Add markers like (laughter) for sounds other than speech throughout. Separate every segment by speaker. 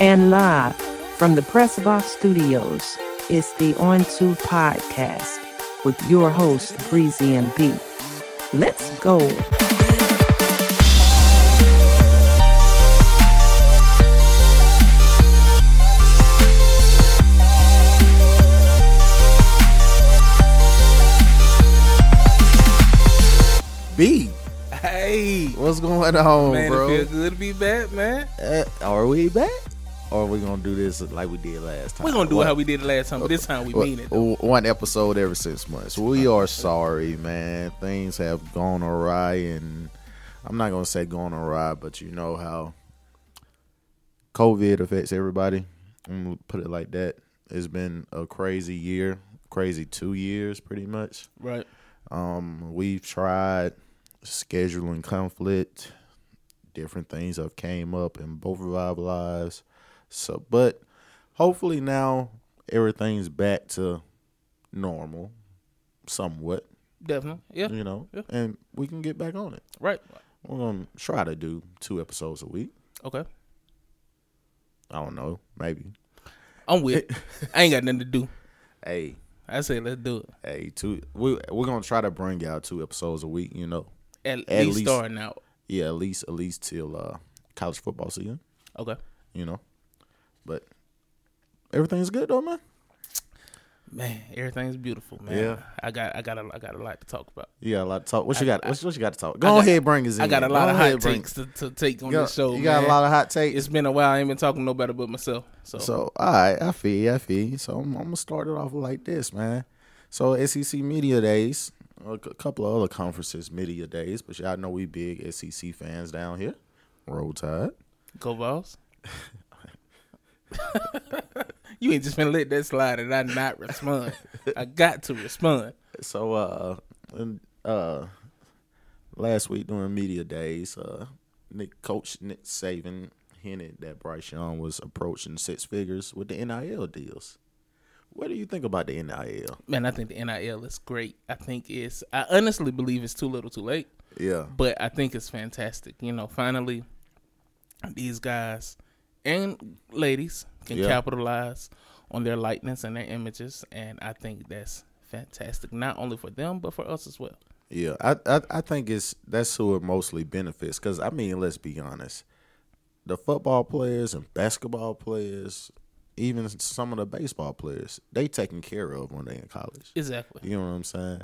Speaker 1: And live from the Press Box Studios, it's the On Two Podcast with your host, Breezy and B. Let's go.
Speaker 2: B,
Speaker 3: Hey,
Speaker 2: what's going on,
Speaker 3: man,
Speaker 2: bro?
Speaker 3: it feels good to be back, man.
Speaker 2: Uh, are we back? Or are we gonna do this like we did last time?
Speaker 3: We're gonna do
Speaker 2: One-
Speaker 3: it how we did it last time, but this time we
Speaker 2: one-
Speaker 3: mean it. though.
Speaker 2: w- One episode every six months. We are sorry, man. Things have gone awry, and I'm not gonna say gone awry, but you know how COVID affects everybody. I'm gonna put it like that. It's been a crazy year, crazy two years, pretty much.
Speaker 3: Right.
Speaker 2: Um, we've tried scheduling conflict. Different things have came up in both of our lives. So, but hopefully now everything's back to normal, somewhat.
Speaker 3: Definitely. Yeah.
Speaker 2: You know,
Speaker 3: Yeah.
Speaker 2: and we can get back on it.
Speaker 3: Right.
Speaker 2: We're gonna try to do two episodes a week.
Speaker 3: Okay.
Speaker 2: I don't know, maybe.
Speaker 3: I'm with it.
Speaker 2: (laughs)
Speaker 3: I ain't got nothing to do.
Speaker 2: Hey,
Speaker 3: I say let's do it.
Speaker 2: hey, two. We we're gonna try to bring out two episodes a week. You know,
Speaker 3: At,
Speaker 2: At
Speaker 3: least,
Speaker 2: least.
Speaker 3: starting out.
Speaker 2: yeah, at least at least till uh college football season.
Speaker 3: Okay.
Speaker 2: you know. But everything's good though, man.
Speaker 3: Man, everything's beautiful, man.
Speaker 2: Yeah.
Speaker 3: I got I got a I got a lot to talk about.
Speaker 2: You got a lot to talk. What you got? What you, what you got to talk? Go
Speaker 3: I got-
Speaker 2: ahead, bring us in.
Speaker 3: I got a
Speaker 2: Go
Speaker 3: lot of
Speaker 2: ahead,
Speaker 3: hot
Speaker 2: bring-
Speaker 3: takes to, to take on
Speaker 2: You got,
Speaker 3: this show.
Speaker 2: you got a
Speaker 3: man.
Speaker 2: lot of hot takes.
Speaker 3: It's been a while. I ain't been talking to nobody but myself. So,
Speaker 2: so, all right, I feel, you, I feel. you. So, I'm, I'm gonna start it off like this, man. So, SEC media days, a c- couple of other conferences, media days, but y'all know we big SEC fans down here. Roll Tide.
Speaker 3: go Vols. (laughs) you ain't just finna let that slide and I not respond. I got to respond.
Speaker 2: So uh and, uh last week during media days, uh Nick coach Nick Saban hinted that Bryce Young was approaching six figures with the NIL deals. What do you think about the NIL?
Speaker 3: Man, I think the NIL is great. I think it's I honestly believe it's too little too late,
Speaker 2: Yeah.
Speaker 3: but I think it's fantastic. You know, finally these guys and ladies can
Speaker 2: Yeah.
Speaker 3: capitalize on their likeness and their images and I think that's fantastic. Not only for them but for us as well.
Speaker 2: Yeah. I I, I think it's that's who it mostly benefits cuz I mean, let's be honest. The football players and basketball players, even some of the baseball players, they taken care of when they in college.
Speaker 3: Exactly.
Speaker 2: You know what I'm saying?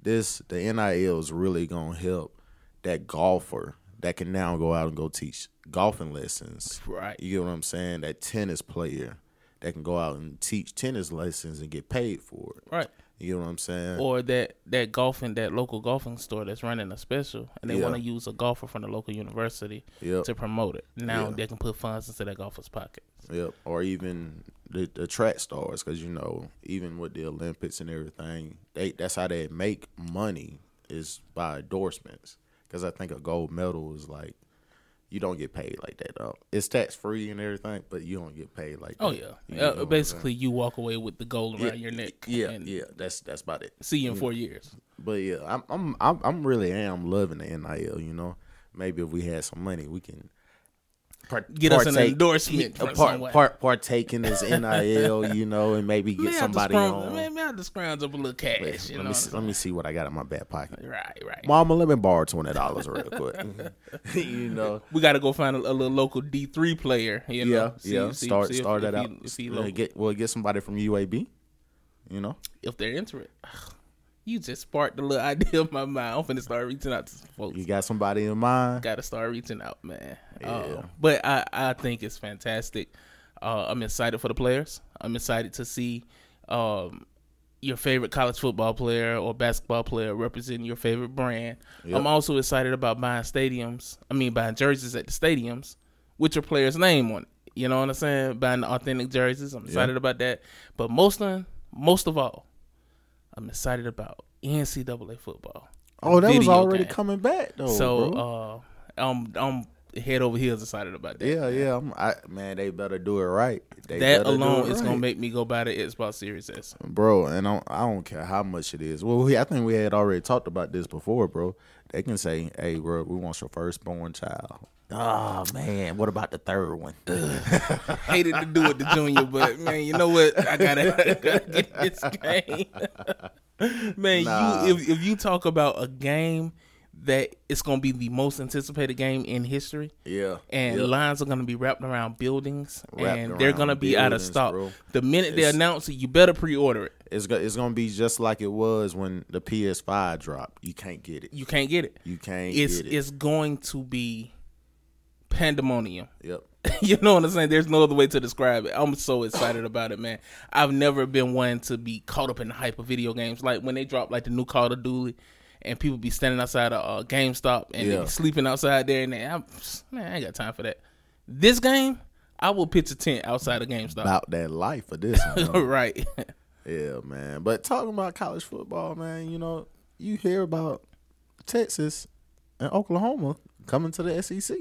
Speaker 2: This the NIL is really gonna help that golfer that can now go out and go teach golfing lessons.
Speaker 3: Right.
Speaker 2: You know what I'm saying? That tennis player that can go out and teach tennis lessons and get paid for it.
Speaker 3: Right.
Speaker 2: You know what I'm saying?
Speaker 3: Or that that golfing that local golfing store that's running a special and they
Speaker 2: Yeah.
Speaker 3: want to use a golfer from the local university
Speaker 2: Yep.
Speaker 3: to promote it. Now
Speaker 2: Yeah.
Speaker 3: they can put funds into that golfer's pocket.
Speaker 2: Yep. Or even the, the track stars, because you know, even with the Olympics and everything, they that's how they make money is by endorsements. Because I think a gold medal is like you don't get paid like that. Though. It's tax free and everything, but you don't get paid like.
Speaker 3: Oh
Speaker 2: that.
Speaker 3: yeah.
Speaker 2: You know what
Speaker 3: Uh,
Speaker 2: I'm
Speaker 3: basically, you walk away with the gold
Speaker 2: saying?
Speaker 3: around your neck.
Speaker 2: Yeah,
Speaker 3: and
Speaker 2: yeah. That's that's about it.
Speaker 3: See you in four years.
Speaker 2: But yeah, I'm I'm I'm, I'm really am loving the NIL. You know, maybe if we had some money, we can part-
Speaker 3: Get us an
Speaker 2: partake-
Speaker 3: endorsement
Speaker 2: a
Speaker 3: from
Speaker 2: part,
Speaker 3: somewhere.
Speaker 2: part partake in
Speaker 3: (laughs)
Speaker 2: this NIL. you know, and maybe get
Speaker 3: Maybe I'll just
Speaker 2: somebody
Speaker 3: scrounge-
Speaker 2: on.
Speaker 3: Maybe I'll just scrounge up a little cash.
Speaker 2: Wait,
Speaker 3: you
Speaker 2: let
Speaker 3: know.
Speaker 2: me see, let me see what I got in my back pocket.
Speaker 3: Right, right.
Speaker 2: Mama, let me borrow twenty dollars real
Speaker 3: (laughs)
Speaker 2: quick. (laughs) you know,
Speaker 3: we got to go find a, a little local D three player. You know,
Speaker 2: yeah,
Speaker 3: See-
Speaker 2: yeah.
Speaker 3: see-
Speaker 2: start
Speaker 3: see if-
Speaker 2: start
Speaker 3: if
Speaker 2: that out.
Speaker 3: he- if, he
Speaker 2: Yeah,
Speaker 3: local,
Speaker 2: get well, get somebody from UAB. You know,
Speaker 3: if they're into it. (sighs) Ugh, You just sparked the little (laughs) idea in my mind. I'm finna start reaching out to some folks.
Speaker 2: you got somebody in mind.
Speaker 3: Got to start reaching out, man.
Speaker 2: Yeah.
Speaker 3: Uh, but I, I think it's fantastic. Uh, I'm excited for the players. I'm excited to see um, your favorite college football player or basketball player representing your favorite brand. I'm also excited about buying stadiums. I mean, buying jerseys at the stadiums with your player's name on it. You know what I'm saying? Buying the authentic jerseys. I'm excited about that. But most of, most of all, I'm excited about NCAA football.
Speaker 2: oh, that was
Speaker 3: Video
Speaker 2: already
Speaker 3: game.
Speaker 2: coming back though. bro.
Speaker 3: So uh, I'm I'm head over heels excited about that.
Speaker 2: Yeah, yeah. I'm, I man, they better do it right. They
Speaker 3: that
Speaker 2: better do
Speaker 3: alone
Speaker 2: it
Speaker 3: is gonna
Speaker 2: right.
Speaker 3: make me go buy the Xbox
Speaker 2: (laughs)
Speaker 3: Series S.
Speaker 2: bro. And I don't, I don't care how much it is. Well, we, I think we had already talked about this before, bro. They can say, "Hey, bro, we want your firstborn child."
Speaker 3: Ah,
Speaker 4: Oh man, what about the third one?
Speaker 3: Hated to do it to Junior, (laughs) but man, you know what? I gotta, I gotta get this game. (laughs) man,
Speaker 2: Nah.
Speaker 3: you if, if you talk about a game that it's gonna be the most anticipated game in history,
Speaker 2: (laughs) Yeah.
Speaker 3: and
Speaker 2: Yep.
Speaker 3: lines are gonna be wrapped around buildings,
Speaker 2: Wrapped
Speaker 3: and they're gonna
Speaker 2: around
Speaker 3: be out of
Speaker 2: buildings,
Speaker 3: stock
Speaker 2: bro.
Speaker 3: the minute they
Speaker 2: It's-
Speaker 3: announce it. You better pre-order it.
Speaker 2: it's go, it's gonna be just like it was when the PS5 dropped. You can't get it.
Speaker 3: You can't get it.
Speaker 2: You can't
Speaker 3: It's
Speaker 2: get it.
Speaker 3: it's going to be pandemonium. (laughs)
Speaker 2: yep.
Speaker 3: you know what I'm saying? There's no other way to describe it. I'm so excited about it, man. I've never been one to be caught up in the hype of video games. Like when they drop like the new Call of Duty, and people be standing outside of uh, GameStop and they
Speaker 2: Yeah.
Speaker 3: be sleeping outside there, and they, I'm, man, I ain't got time for that. This game, I will pitch a tent outside of GameStop.
Speaker 2: About that life for this one.
Speaker 3: (laughs)
Speaker 2: huh?
Speaker 3: right?
Speaker 2: Yeah, man. But talking about college football, man, you know, you hear about Texas and Oklahoma coming to the E SEC.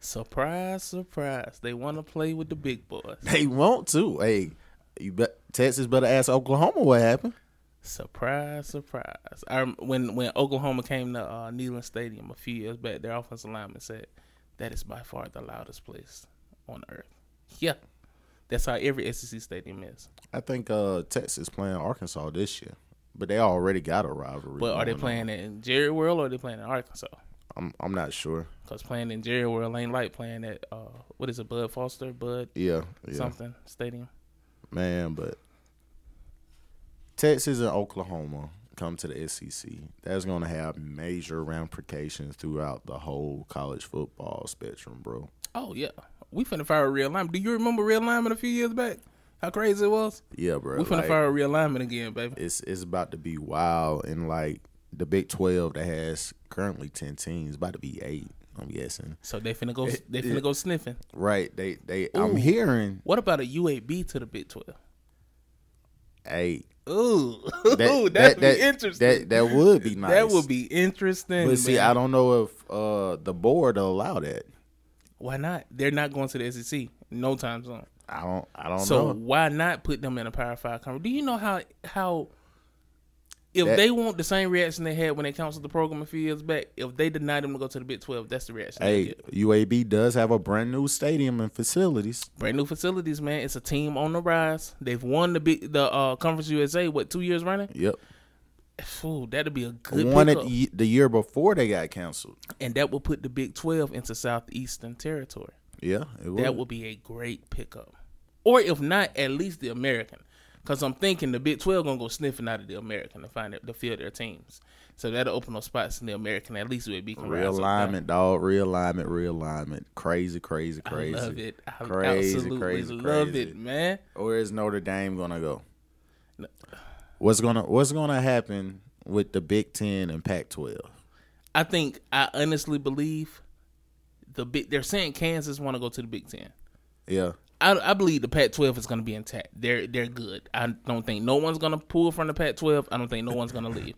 Speaker 3: surprise, surprise! They want to play with the big boys.
Speaker 2: (laughs) They want to. Hey, you bet Texas better ask Oklahoma what happened.
Speaker 3: Surprise, surprise! I rem- when when Oklahoma came to uh, Neyland Stadium a few years back, their offensive lineman said, "That is by far the loudest place on earth." Yeah, that's how every SEC stadium is.
Speaker 2: I think uh Texas playing Arkansas this year. But they already got a rivalry.
Speaker 3: But are they
Speaker 2: going on.
Speaker 3: playing in Jerry World or are they playing in Arkansas?
Speaker 2: I'm I'm not sure.
Speaker 3: Because playing in Jerry World ain't like playing at uh, what is it, Bud Foster, Bud
Speaker 2: Yeah. Yeah.
Speaker 3: something stadium.
Speaker 2: Man, but Texas and Oklahoma come to the SEC. That's going to have major ramifications throughout the whole college football spectrum, bro.
Speaker 3: Oh yeah, we finna fire a real lineman. Do you remember real lineman a few years back? How crazy it was.
Speaker 2: Yeah, bro.
Speaker 3: We finna
Speaker 2: like,
Speaker 3: fire a real lineman again, baby.
Speaker 2: It's it's about to be wild, and like the Big Twelve that has currently ten teams, about to be eight. I'm guessing.
Speaker 3: So they finna go. They finna go sniffing.
Speaker 2: Right? They they. I'm hearing
Speaker 3: What about a UAB to the Big Twelve?
Speaker 2: eight.
Speaker 3: Ooh,
Speaker 2: That,
Speaker 3: (laughs) ooh, that'd
Speaker 2: that,
Speaker 3: be
Speaker 2: that,
Speaker 3: interesting. That,
Speaker 2: That that would
Speaker 3: (laughs)
Speaker 2: be nice.
Speaker 3: would be interesting.
Speaker 2: But see,
Speaker 3: man.
Speaker 2: I don't know if uh the board will allow that.
Speaker 3: why not? They're not going to the SEC. No time zone.
Speaker 2: I don't. I don't
Speaker 3: So
Speaker 2: know.
Speaker 3: why not put them in a Power Five conference? Do you know how how if
Speaker 2: That-
Speaker 3: they want the same reaction they had when they canceled the program a few years back, if they deny them to go to the Big Twelve, that's the reaction. they
Speaker 2: Hey,
Speaker 3: get.
Speaker 2: UAB does have a brand new stadium and facilities.
Speaker 3: brand new facilities, man. It's a team on the rise. They've won the big the uh, Conference USA what two years running.
Speaker 2: Yep.
Speaker 3: Ooh, that'd be a good
Speaker 2: One at
Speaker 3: pickup.
Speaker 2: ye- the year before they got canceled.
Speaker 3: and that will put the Big Twelve into Southeastern territory.
Speaker 2: Yeah, it would.
Speaker 3: That would be a great pickup. Or if not, at least the American. Because I'm thinking the Big 12 going to go sniffing out of the American to find it, to fill their teams. So that'll open up spots in the American. At least we'll be
Speaker 2: realignment, dog. Realignment, realignment. Crazy, crazy, crazy.
Speaker 3: I love it. I
Speaker 2: Crazy,
Speaker 3: absolutely
Speaker 2: crazy,
Speaker 3: love
Speaker 2: crazy.
Speaker 3: it, man.
Speaker 2: Or is Notre Dame gonna go?
Speaker 3: No.
Speaker 2: What's gonna What's gonna happen with the Big Ten and Pac twelve?
Speaker 3: I think I honestly believe the big. They're saying Kansas want to go to the Big Ten.
Speaker 2: Yeah,
Speaker 3: I, I believe the Pac-12 is going to be intact. They're they're good. I don't think no one's going to pull from the Pac-12. I don't think no one's going
Speaker 2: (laughs)
Speaker 3: to leave.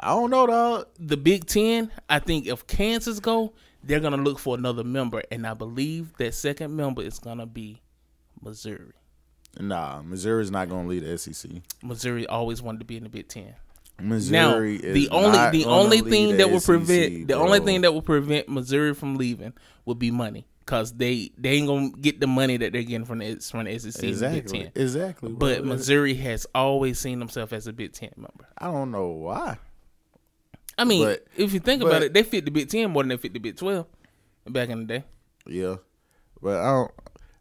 Speaker 2: I don't know, dog.
Speaker 3: the Big Ten, I think if Kansas go, they're gonna look for another member, and I believe that second member is gonna be Missouri.
Speaker 2: Nah, Missouri's not gonna lead the E SEC.
Speaker 3: Missouri always wanted to be in the Big Ten. Now,
Speaker 2: Missouri is
Speaker 3: the only
Speaker 2: not
Speaker 3: the
Speaker 2: gonna
Speaker 3: only
Speaker 2: lead
Speaker 3: thing
Speaker 2: the
Speaker 3: that will
Speaker 2: SEC,
Speaker 3: prevent the only
Speaker 2: bro.
Speaker 3: thing that will prevent Missouri from leaving would be money, cause they they ain't gonna get the money that they're getting from the from the SEC and the Big
Speaker 2: exactly
Speaker 3: Ten.
Speaker 2: exactly. bro.
Speaker 3: But Missouri has always seen themselves as a Big Ten member.
Speaker 2: I don't know why.
Speaker 3: I mean,
Speaker 2: But-
Speaker 3: if you think
Speaker 2: but-
Speaker 3: about it, they fit the Big Ten more than they fit the Big Twelve back in the day.
Speaker 2: Yeah, but I don't.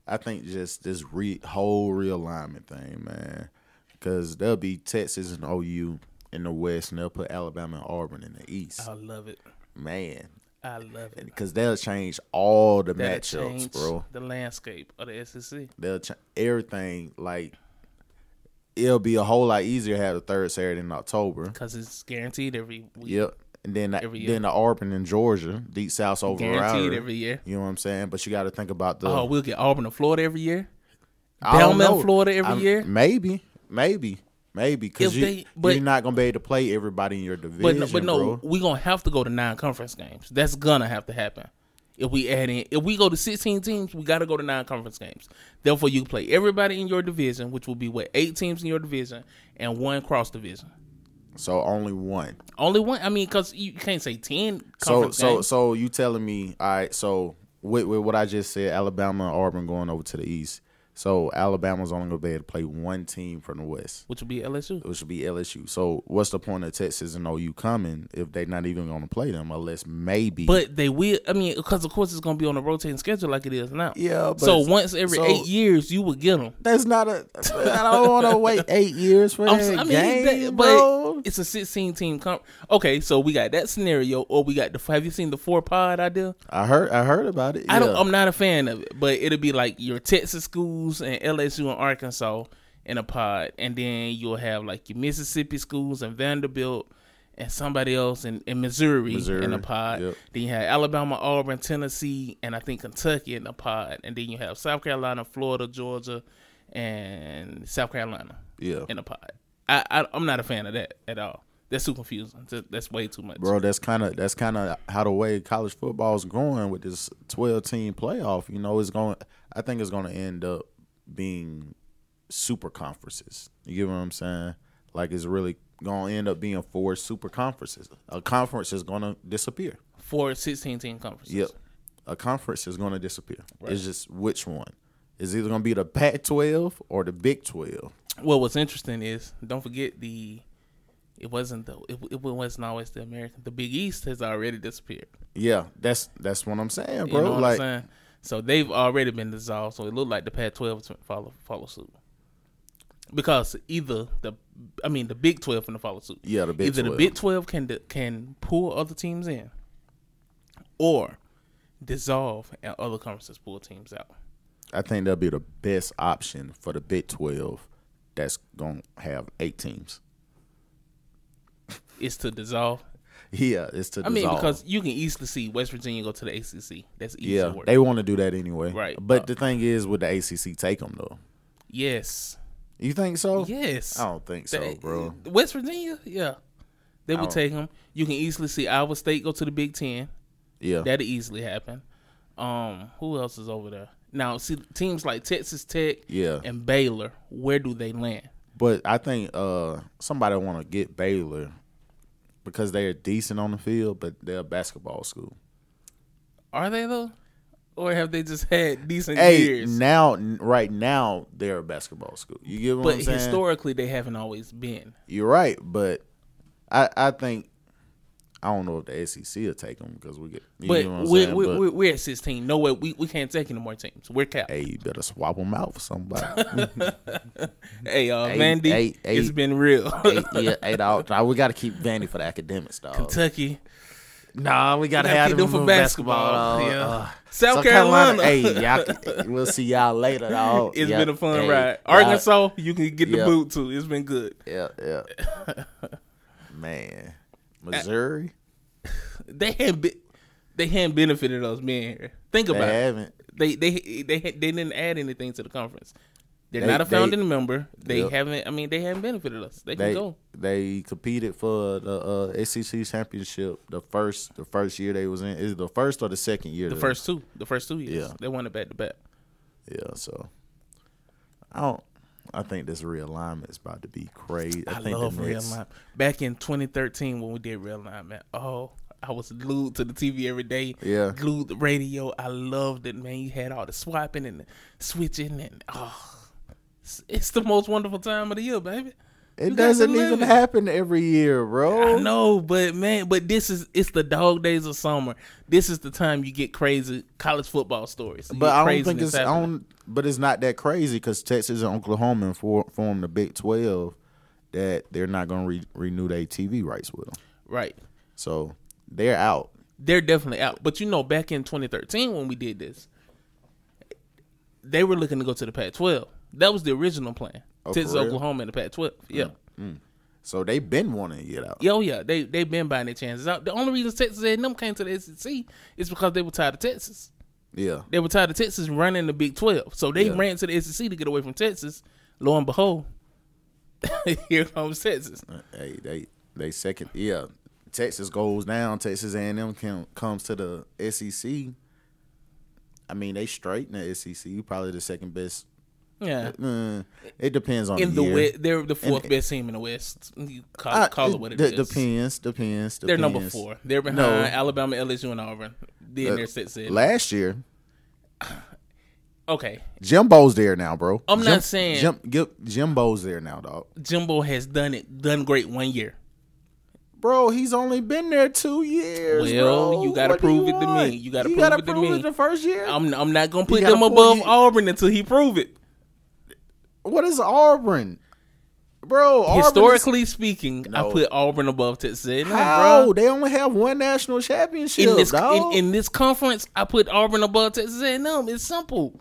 Speaker 2: I think just this re, whole realignment thing, man, because there'll be Texas and OU in the West, and they'll put Alabama and Auburn in the East,
Speaker 3: I love it.
Speaker 2: man,
Speaker 3: I love it.
Speaker 2: because they'll change all the
Speaker 3: That'll
Speaker 2: matchups,
Speaker 3: change
Speaker 2: bro.
Speaker 3: The landscape of the E SEC.
Speaker 2: They'll ch- everything like it'll be a whole lot easier to have the third Saturday in October.
Speaker 3: Because it's guaranteed every week.
Speaker 2: Yep. And then the,
Speaker 3: Every year.
Speaker 2: then the Auburn in Georgia, deep south over
Speaker 3: Guaranteed
Speaker 2: Rowdy.
Speaker 3: every year.
Speaker 2: You know what I'm saying? But you got to think about the
Speaker 3: Oh, we'll get Auburn to Florida every year.
Speaker 2: I don't
Speaker 3: Down in
Speaker 2: know.
Speaker 3: Florida every year?
Speaker 2: Maybe, maybe, maybe because
Speaker 3: If
Speaker 2: you,
Speaker 3: they- but-
Speaker 2: you're not gonna be able to play everybody in your division,
Speaker 3: But no, but no,
Speaker 2: bro.
Speaker 3: we're gonna have to go to nine conference games. That's gonna have to happen. If we add in, if we go to sixteen teams, we gotta go to nine conference games. Therefore, you play everybody in your division, which will be what eight teams in your division and one cross division.
Speaker 2: So only one.
Speaker 3: Only one. I mean, because you can't say ten.
Speaker 2: So
Speaker 3: Conference
Speaker 2: so
Speaker 3: games.
Speaker 2: so you telling me? All right. So with, with what I just said, Alabama and Auburn going over to the East. So Alabama's only going to be able to play one team from the West,
Speaker 3: which would be LSU.
Speaker 2: which would be LSU. So what's the point of Texas and OU coming if they're not even going to play them unless maybe?
Speaker 3: But they will. I mean, because of course it's going to be on a rotating schedule like it is now.
Speaker 2: Yeah, but-
Speaker 3: so once every
Speaker 2: so-
Speaker 3: eight years, you would get them.
Speaker 2: that's not a. I don't want to wait eight years for
Speaker 3: I'm,
Speaker 2: that
Speaker 3: s- I mean,
Speaker 2: game,
Speaker 3: that-
Speaker 2: bro.
Speaker 3: but it's a 16 team comp. Okay, so we got that scenario, or we got the. Have you seen the four pod idea?
Speaker 2: I heard. I heard about it.
Speaker 3: I don't.
Speaker 2: yeah.
Speaker 3: I'm not a fan of it, but it'll be like your Texas schools and LSU and Arkansas in a pod, and then you'll have like your Mississippi schools and Vanderbilt and somebody else in, in Missouri, in
Speaker 2: Missouri,
Speaker 3: a pod.
Speaker 2: yep.
Speaker 3: Then you have Alabama, Auburn, Tennessee, and I think Kentucky in a pod, and then you have South Carolina, Florida, Georgia, and South Carolina
Speaker 2: Yeah.
Speaker 3: in a pod. I, I I'm not a fan of that at all. That's too confusing. That's- That's way too much.
Speaker 2: bro. That's kind of that's kind of how the way college football is going with this twelve team playoff. You know, it's going. I think it's going to end up being super conferences. You get what I'm saying? Like it's really going to end up being four super conferences. A conference is going to disappear.
Speaker 3: Four 16 team conferences.
Speaker 2: Yep. A conference is going to disappear. It's just which one. It's either going to be the Pac-12 or the Big 12.
Speaker 3: Well, what's interesting is don't forget the it wasn't the it, it wasn't always the American. The Big East has already disappeared.
Speaker 2: Yeah, that's that's what I'm saying,
Speaker 3: You
Speaker 2: bro.
Speaker 3: know what
Speaker 2: like,
Speaker 3: I'm saying? So they've already been dissolved. So it looked like the Pac-12 is gonna follow follow suit because either the I mean the Big 12 going to follow suit.
Speaker 2: Yeah, the Big
Speaker 3: either the
Speaker 2: 12.
Speaker 3: Big 12 can d- can pull other teams in, or dissolve and other conferences pull teams out.
Speaker 2: I think that'll be the best option for the Big 12 that's going to have eight teams. (laughs)
Speaker 3: It's to dissolve.
Speaker 2: Yeah, it's to
Speaker 3: I mean,
Speaker 2: dissolve.
Speaker 3: because you can easily see West Virginia go to the ACC. That's easy
Speaker 2: yeah,
Speaker 3: work.
Speaker 2: they want to do that anyway.
Speaker 3: Right.
Speaker 2: But
Speaker 3: Uh,
Speaker 2: the thing is, would the ACC take them, though?
Speaker 3: Yes.
Speaker 2: You think so?
Speaker 3: Yes.
Speaker 2: I don't think so,
Speaker 3: They-
Speaker 2: bro.
Speaker 3: West Virginia, yeah. They would
Speaker 2: don't-
Speaker 3: take him. You can easily see Iowa State go to the Big Ten.
Speaker 2: Yeah.
Speaker 3: That'd easily happen. Um, who else is over there? Now, see teams like Texas Tech
Speaker 2: Yeah.
Speaker 3: and Baylor, where do they land?
Speaker 2: But I think uh, somebody want to get Baylor because they're decent on the field, but they're a basketball school.
Speaker 3: Are they though? Or have they just had decent
Speaker 2: Hey,
Speaker 3: years?
Speaker 2: now, right now, they're a basketball school. You get what
Speaker 3: but
Speaker 2: I'm saying?
Speaker 3: historically they haven't always been.
Speaker 2: You're right, but I I think I don't know if the SEC will take them because we get. You
Speaker 3: But
Speaker 2: know what I'm
Speaker 3: we're,
Speaker 2: saying?
Speaker 3: we're,
Speaker 2: But,
Speaker 3: we're, we're at sixteen. No way we, we can't take any more teams. We're capped.
Speaker 2: hey, you better swap them out for
Speaker 3: (laughs)
Speaker 2: somebody.
Speaker 3: Hey, uh,
Speaker 2: Eight-
Speaker 3: Vandy,
Speaker 2: eight-
Speaker 3: it's
Speaker 2: eight-
Speaker 3: been real. (laughs)
Speaker 2: eight, yeah, eight out. Nah, we got to keep Vandy for the academics, dog.
Speaker 3: Kentucky,
Speaker 2: Nah, we got to
Speaker 3: gotta
Speaker 2: have
Speaker 3: keep
Speaker 2: them
Speaker 3: them for
Speaker 2: for basketball.
Speaker 3: basketball,
Speaker 2: dawg.
Speaker 3: yeah.
Speaker 2: Uh,
Speaker 3: South Carolina.
Speaker 2: Hey, y'all, can- (laughs) we'll see y'all later, dog.
Speaker 3: It's
Speaker 2: Yeah,
Speaker 3: been a fun
Speaker 2: hey,
Speaker 3: ride.
Speaker 2: y'all-
Speaker 3: Arkansas, you can get the
Speaker 2: yeah.
Speaker 3: boot too. It's been good.
Speaker 2: Yeah,
Speaker 3: (laughs)
Speaker 2: yeah. Man, Missouri,
Speaker 3: They had be- they hadn't benefited us being here. Think
Speaker 2: they
Speaker 3: about it.
Speaker 2: haven't.
Speaker 3: They they they ha- they didn't add anything to the conference. They're
Speaker 2: They-
Speaker 3: not a
Speaker 2: they-
Speaker 3: founding member. They
Speaker 2: Yep.
Speaker 3: haven't. I mean, they haven't benefited us. They can
Speaker 2: they
Speaker 3: go.
Speaker 2: they competed for the uh, SEC championship the first the first year they was in is it the first or the second year
Speaker 3: The
Speaker 2: they-
Speaker 3: first two, the first two years,
Speaker 2: Yeah.
Speaker 3: they won it back to back.
Speaker 2: yeah so I don't I think this realignment is about to be crazy I,
Speaker 3: I
Speaker 2: think
Speaker 3: love
Speaker 2: the
Speaker 3: real
Speaker 2: Nets,
Speaker 3: life. Back in 2013 when we did real life, man. Oh, I was glued to the TV every day.
Speaker 2: Yeah.
Speaker 3: glued to the radio. I loved it, man. You had all the swiping and the switching, and oh, it's, it's the most wonderful time of the year, baby. You
Speaker 2: it
Speaker 3: got
Speaker 2: doesn't
Speaker 3: to live
Speaker 2: even
Speaker 3: it.
Speaker 2: happen every year bro
Speaker 3: I know, but man, but this is it's the dog days of summer. This is the time you get crazy college football stories. You
Speaker 2: but
Speaker 3: get
Speaker 2: I don't
Speaker 3: craziness
Speaker 2: think it's I
Speaker 3: happening.
Speaker 2: don't but it's not that crazy because Texas and Oklahoma for, formed the Big Twelve that they're not going to re- renew their TV rights with them
Speaker 3: right.
Speaker 2: so they're out
Speaker 3: they're definitely out. But you know, back in 2013 when we did this, they were looking to go to the Pac-12. That was the original plan.
Speaker 2: Oh,
Speaker 3: Texas,
Speaker 2: for real? Mm.
Speaker 3: Oklahoma, and the Pac-12. Yeah,
Speaker 2: so they've been wanting to get out
Speaker 3: yo, yeah, they they've been buying their chances out. The only reason Texas A&M came to the SEC is because they were tired of Texas.
Speaker 2: yeah
Speaker 3: They were tired of Texas running the Big 12, so they
Speaker 2: Yeah.
Speaker 3: ran to the SEC to get away from Texas. Lo and behold, (laughs) here comes Texas.
Speaker 2: Hey, they they second. Yeah, Texas goes down. Texas A and M can, comes to the E E SEC. I mean, they straight in the SEC. Probably the second best
Speaker 3: Yeah.
Speaker 2: Mm, it depends on
Speaker 3: In
Speaker 2: the
Speaker 3: the
Speaker 2: year.
Speaker 3: West, they're the fourth
Speaker 2: And-
Speaker 3: best team in the West. You call,
Speaker 2: I-
Speaker 3: call it what it
Speaker 2: de-
Speaker 3: is.
Speaker 2: Depends, depends, depends.
Speaker 3: They're number four. They're behind
Speaker 2: No.
Speaker 3: Alabama, LSU, and Auburn. The
Speaker 2: Uh,
Speaker 3: inner set said.
Speaker 2: Last year,
Speaker 3: Okay,
Speaker 2: Jimbo's there now, bro.
Speaker 3: I'm not saying-
Speaker 2: Jim, Jim, Jimbo's there now, dog.
Speaker 3: Jimbo has done it, done great one year.
Speaker 2: Bro, he's only been there two years.
Speaker 3: Well,
Speaker 2: bro.
Speaker 3: you gotta
Speaker 2: What do
Speaker 3: prove it to me.
Speaker 2: want?
Speaker 3: You gotta prove it to
Speaker 2: prove
Speaker 3: me.
Speaker 2: the first year.
Speaker 3: I'm I'm not gonna put
Speaker 2: gotta
Speaker 3: them
Speaker 2: pull
Speaker 3: above
Speaker 2: you-
Speaker 3: Auburn until he prove it.
Speaker 2: what is Auburn, bro? Auburn is-
Speaker 3: Historically speaking, I
Speaker 2: No.
Speaker 3: put Auburn above Texas A&M,
Speaker 2: how
Speaker 3: bro.
Speaker 2: they only have one national championship,
Speaker 3: In this in,
Speaker 2: dog.
Speaker 3: in this conference, I put Auburn above Texas A&M. It's simple.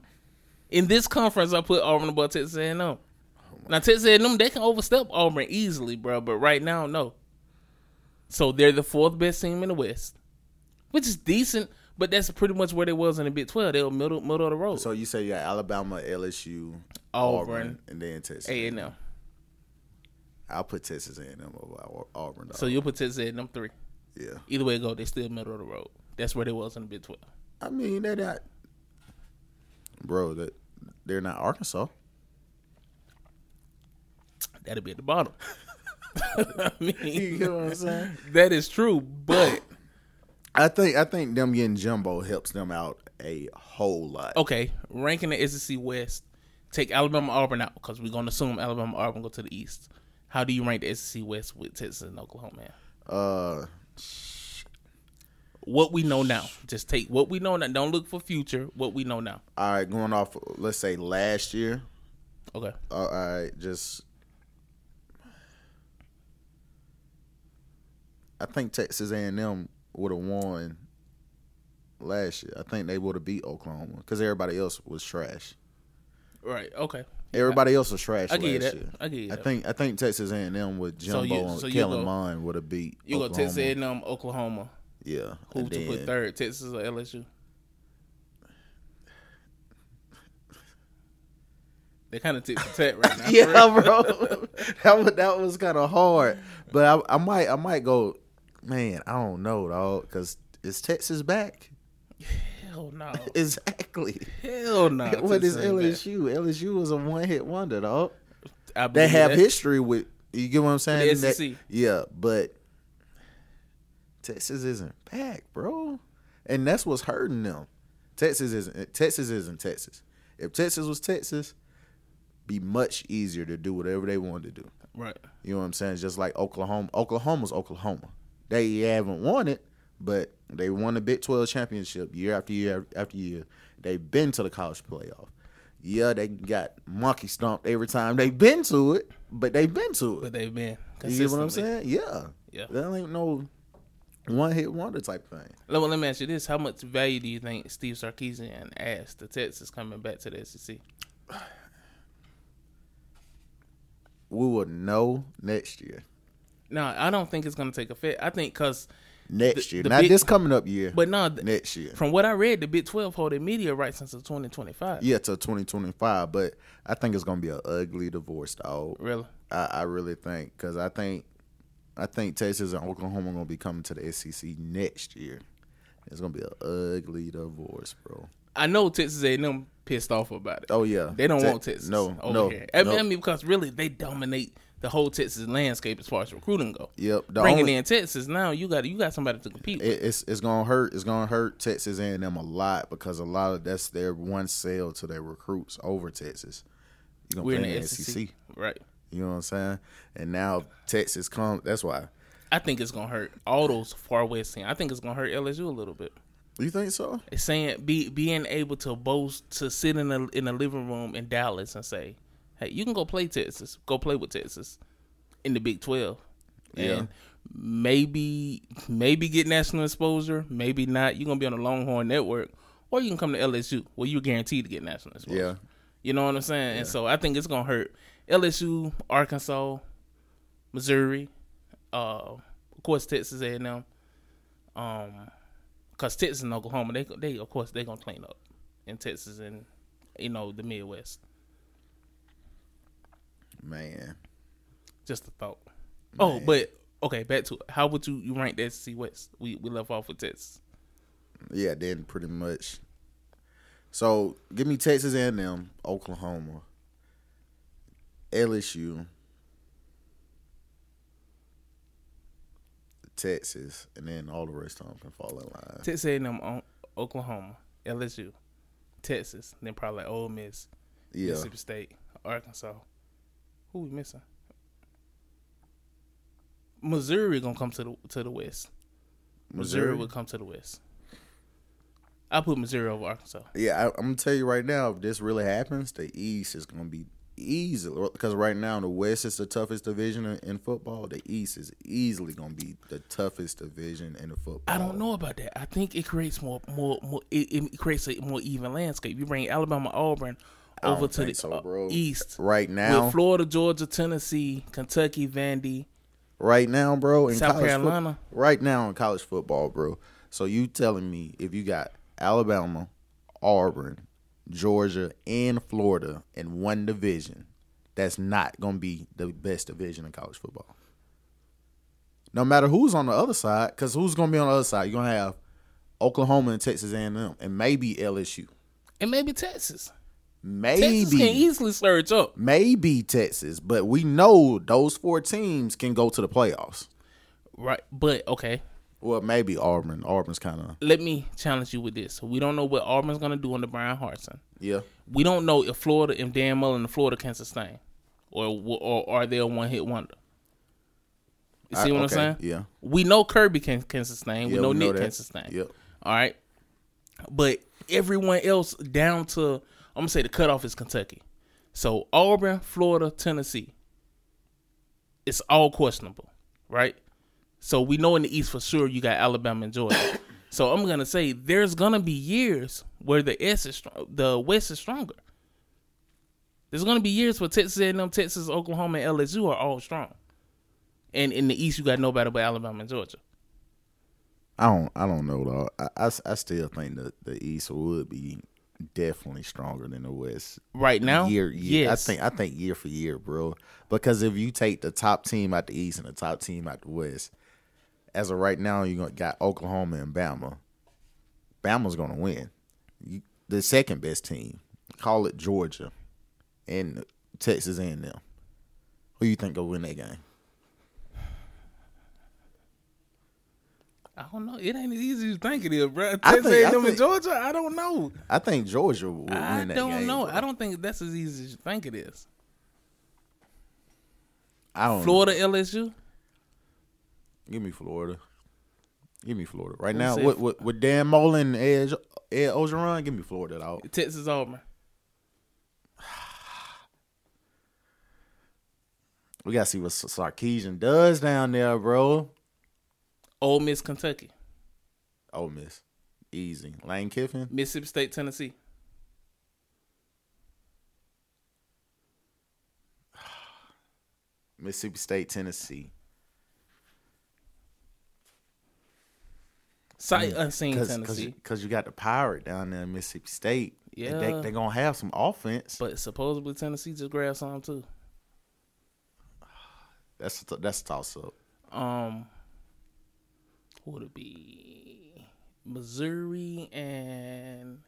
Speaker 3: In this conference, I put Auburn above Texas A&M. now Texas A&M they can overstep Auburn easily, bro. But right now, no. So they're the fourth best team in the West, which is decent. But that's pretty much where they was in the Big Twelve. They were middle middle of the road.
Speaker 2: so you say yeah, Alabama, LSU,
Speaker 3: Auburn.
Speaker 2: and then Texas.
Speaker 3: A and M.
Speaker 2: I'll put Texas A&M over Au- Auburn. Dog.
Speaker 3: So you'll put Texas A&M three.
Speaker 2: yeah,
Speaker 3: Either way it go, they still middle of the road. That's where they was in the Big Twelve.
Speaker 2: I mean they're not, bro. That they're not Arkansas.
Speaker 3: That'll be at the bottom. (laughs) I
Speaker 2: (laughs)
Speaker 3: mean,
Speaker 2: get what I'm saying?
Speaker 3: that is true, but
Speaker 2: I think I think them getting Jumbo helps them out a whole lot.
Speaker 3: okay. Ranking the SEC West, take Alabama Auburn out because we're gonna assume Alabama Auburn go to the East. How do you rank the SEC West with Texas and Oklahoma? Man?
Speaker 2: Uh,
Speaker 3: What we know now, just take what we know now. Don't look for future. What we know now.
Speaker 2: all right, going off. Let's say last year.
Speaker 3: Okay.
Speaker 2: Uh, all right, just. I think Texas A&M would have won last year. I think they would have beat Oklahoma because everybody else was trash.
Speaker 3: Right. Okay.
Speaker 2: Everybody else was trash
Speaker 3: I get you
Speaker 2: last
Speaker 3: that.
Speaker 2: year.
Speaker 3: I get you
Speaker 2: I
Speaker 3: that.
Speaker 2: think I think Texas A&M with
Speaker 3: So
Speaker 2: Jumbo
Speaker 3: you- so
Speaker 2: and
Speaker 3: you
Speaker 2: Kellen
Speaker 3: go-
Speaker 2: Mine would have beat.
Speaker 3: You go
Speaker 2: Oklahoma.
Speaker 3: Texas A&M, Oklahoma.
Speaker 2: Yeah.
Speaker 3: Who
Speaker 2: and
Speaker 3: to put
Speaker 2: then- (laughs)
Speaker 3: third, Texas or LSU? They kind of tit for tat right
Speaker 2: (laughs)
Speaker 3: now.
Speaker 2: yeah, bro. (laughs) that was, that was kind of hard, but I, I might I might go. Man, I don't know, dog. Because is Texas back?
Speaker 3: Hell no.
Speaker 2: Exactly.
Speaker 3: Hell no.
Speaker 2: (laughs) what is
Speaker 3: Texas ain't back.
Speaker 2: LSU? LSU was a one hit wonder, dog.
Speaker 3: I
Speaker 2: They
Speaker 3: believe
Speaker 2: have
Speaker 3: that.
Speaker 2: history with you. Get what I'm saying?
Speaker 3: With the
Speaker 2: That-
Speaker 3: SEC.
Speaker 2: yeah, but Texas isn't back, bro, and that's what's hurting them. Texas isn't eh, Texas isn't Texas. If Texas was Texas, be much easier to do whatever they wanted to do.
Speaker 3: Right.
Speaker 2: You know what I'm saying? Just like Oklahoma. Oklahoma's Oklahoma. They haven't won it, but they won the Big 12 championship year after year after year. They've been to the college playoff. Yeah, they got monkey stomped every time they've been to it, but they've been to
Speaker 3: But
Speaker 2: it.
Speaker 3: they've been.
Speaker 2: You get what I'm
Speaker 3: consistently.
Speaker 2: saying? Yeah.
Speaker 3: Yeah.
Speaker 2: That ain't no one hit wonder type thing.
Speaker 3: Let, let me ask you this: How much value do you think Steve Sarkisian asked the Texas coming back to the E SEC?
Speaker 2: We will know next year.
Speaker 3: No, I don't think it's going to take effect. I think because,
Speaker 2: Next
Speaker 3: The-
Speaker 2: year.
Speaker 3: the
Speaker 2: Not
Speaker 3: big-
Speaker 2: this coming up year,
Speaker 3: but no, th-
Speaker 2: next year.
Speaker 3: from what I read, the Big Twelve holding media rights since 2025.
Speaker 2: Yeah, till 2025, but I think it's going to be an ugly divorce, dog.
Speaker 3: Really?
Speaker 2: I, I really think because I think I think Texas and Oklahoma are gonna be coming to the SEC next year. It's gonna be an ugly divorce, bro.
Speaker 3: I know Texas A&M pissed off about it.
Speaker 2: Oh yeah,
Speaker 3: They don't
Speaker 2: Te-
Speaker 3: want Texas.
Speaker 2: No,
Speaker 3: over
Speaker 2: no,
Speaker 3: Here. I, mean,
Speaker 2: no.
Speaker 3: I mean, because really, they dominate the whole Texas landscape as far as recruiting go.
Speaker 2: yep. The
Speaker 3: Bringing
Speaker 2: only,
Speaker 3: in Texas now, you got you got somebody to compete. with.
Speaker 2: it, it's it's gonna hurt. It's gonna hurt Texas and them a lot because a lot of that's their one sale to their recruits over Texas. You gonna
Speaker 3: We're in
Speaker 2: play
Speaker 3: the E SEC. right?
Speaker 2: E You know what I'm saying? And now Texas comes. That's why.
Speaker 3: I think it's gonna hurt all those far west teams. I think it's gonna hurt LSU a little bit.
Speaker 2: You think so?
Speaker 3: It's saying be being able to boast to sit in a in a living room in Dallas and say, "Hey, you can go play Texas. Go play with Texas in the Big 12."
Speaker 2: Yeah.
Speaker 3: And maybe maybe get national exposure, maybe not. You're going to be on the Longhorn network or you can come to LSU where you're guaranteed to get national exposure.
Speaker 2: Yeah.
Speaker 3: You know what I'm saying? And so I think it's going to hurt LSU, Arkansas, Missouri, uh, of course Texas A&M. Um, cause Texas and Oklahoma, they they of course they gonna clean up in Texas and you know the Midwest.
Speaker 2: Man,
Speaker 3: Just a thought. Oh, but okay, back to it. How would you you rank the SEC West? We we left off with Texas.
Speaker 2: Yeah, then pretty much. So give me Texas and them, Oklahoma, LSU, Texas, and then all the rest of them can fall in line.
Speaker 3: Texas A&M, O- um, Oklahoma, LSU, Texas, then probably like Ole Miss,
Speaker 2: Yeah,
Speaker 3: Mississippi State, Arkansas. Who we missing? Missouri gonna come to the to the West. Missouri,
Speaker 2: Missouri.
Speaker 3: would come to the West. I put Missouri over Arkansas.
Speaker 2: yeah. I, I'm gonna tell you right now, if this really happens, the East is gonna be easily because right now the West is the toughest division in, in football. The East is easily gonna be the toughest division in the football.
Speaker 3: I don't know about that. I think it creates more more more. It, it creates a more even landscape. You bring Alabama, Auburn
Speaker 2: I
Speaker 3: over
Speaker 2: don't
Speaker 3: to the
Speaker 2: think so,
Speaker 3: uh,
Speaker 2: bro.
Speaker 3: East.
Speaker 2: right now.
Speaker 3: With Florida, Georgia, Tennessee, Kentucky, Vandy,
Speaker 2: right now, bro. In
Speaker 3: South
Speaker 2: college fo-
Speaker 3: Carolina.
Speaker 2: right now in college football, bro. So you telling me if you got Alabama, Auburn, Georgia, and Florida in one division, that's not gonna be the best division in college football. No matter who's on the other side, because who's gonna be on the other side? You're gonna have Oklahoma and Texas A&M, and maybe LSU,
Speaker 3: and maybe Texas.
Speaker 2: maybe
Speaker 3: Texas can easily surge up.
Speaker 2: maybe Texas, but we know those four teams can go to the playoffs.
Speaker 3: Right. But okay,
Speaker 2: Well, maybe Auburn. Auburn's kind of
Speaker 3: let me challenge you with this. We don't know what Auburn's gonna do under Brian Hartson.
Speaker 2: yeah.
Speaker 3: We don't know if Florida, if Dan Mullen and Florida can sustain, or or are they a one hit wonder? You see
Speaker 2: I- okay,
Speaker 3: what I'm saying?
Speaker 2: yeah.
Speaker 3: We know Kirby can can sustain. we
Speaker 2: Yeah,
Speaker 3: know
Speaker 2: we know
Speaker 3: Nick
Speaker 2: that.
Speaker 3: can sustain.
Speaker 2: Yep.
Speaker 3: All right. But everyone else down to I'm gonna say the cutoff is Kentucky. So Auburn, Florida, Tennessee. It's all questionable, right? So we know in the East for sure you got Alabama and Georgia. (coughs) so I'm gonna say there's gonna be years where the S is str- the West is stronger. There's gonna be years where Texas A&M, Texas, Oklahoma, and LSU are all strong. And in the East, you got nobody but Alabama and Georgia.
Speaker 2: I don't. I don't know though. I, I s- I still think that the East would be definitely stronger than the West.
Speaker 3: Right now,
Speaker 2: year, year.
Speaker 3: yes.
Speaker 2: I think. I think year for year, bro. Because if you take the top team out the East and the top team out the West, as of right now, you gonna got Oklahoma and Bama. Bama's gonna win. You, the second best team, call it Georgia, and Texas and them. Who you think will win that game?
Speaker 3: I don't know. It ain't as easy as you think it is, bro.
Speaker 2: I
Speaker 3: Texas
Speaker 2: think- I
Speaker 3: A&M in
Speaker 2: think-
Speaker 3: Georgia. I don't know.
Speaker 2: I think Georgia will win
Speaker 3: I
Speaker 2: that
Speaker 3: don't
Speaker 2: game,
Speaker 3: know.
Speaker 2: bro.
Speaker 3: I don't think that's as easy as you think it is.
Speaker 2: I don't. know.
Speaker 3: Florida, LSU.
Speaker 2: Give me Florida. Give me Florida right now.
Speaker 3: said-
Speaker 2: With, with with Dan Mullen, and Ed, Ed Ogeron, give me Florida dog.
Speaker 3: Texas, Auburn.
Speaker 2: We gotta see what S- Sarkeesian does down there, bro.
Speaker 3: Ole Miss, Kentucky.
Speaker 2: Ole Miss, easy. Lane Kiffin,
Speaker 3: Mississippi State, Tennessee.
Speaker 2: Mississippi State, Tennessee.
Speaker 3: Sight unseen,
Speaker 2: Because
Speaker 3: Tennessee.
Speaker 2: because Mm. you got the pirate down there in Mississippi State. Yeah, they
Speaker 3: Yeah.
Speaker 2: they gonna have some offense.
Speaker 3: But supposedly Tennessee just grabbed some too.
Speaker 2: that's a t- that's a toss up.
Speaker 3: Um, who would it be? Missouri and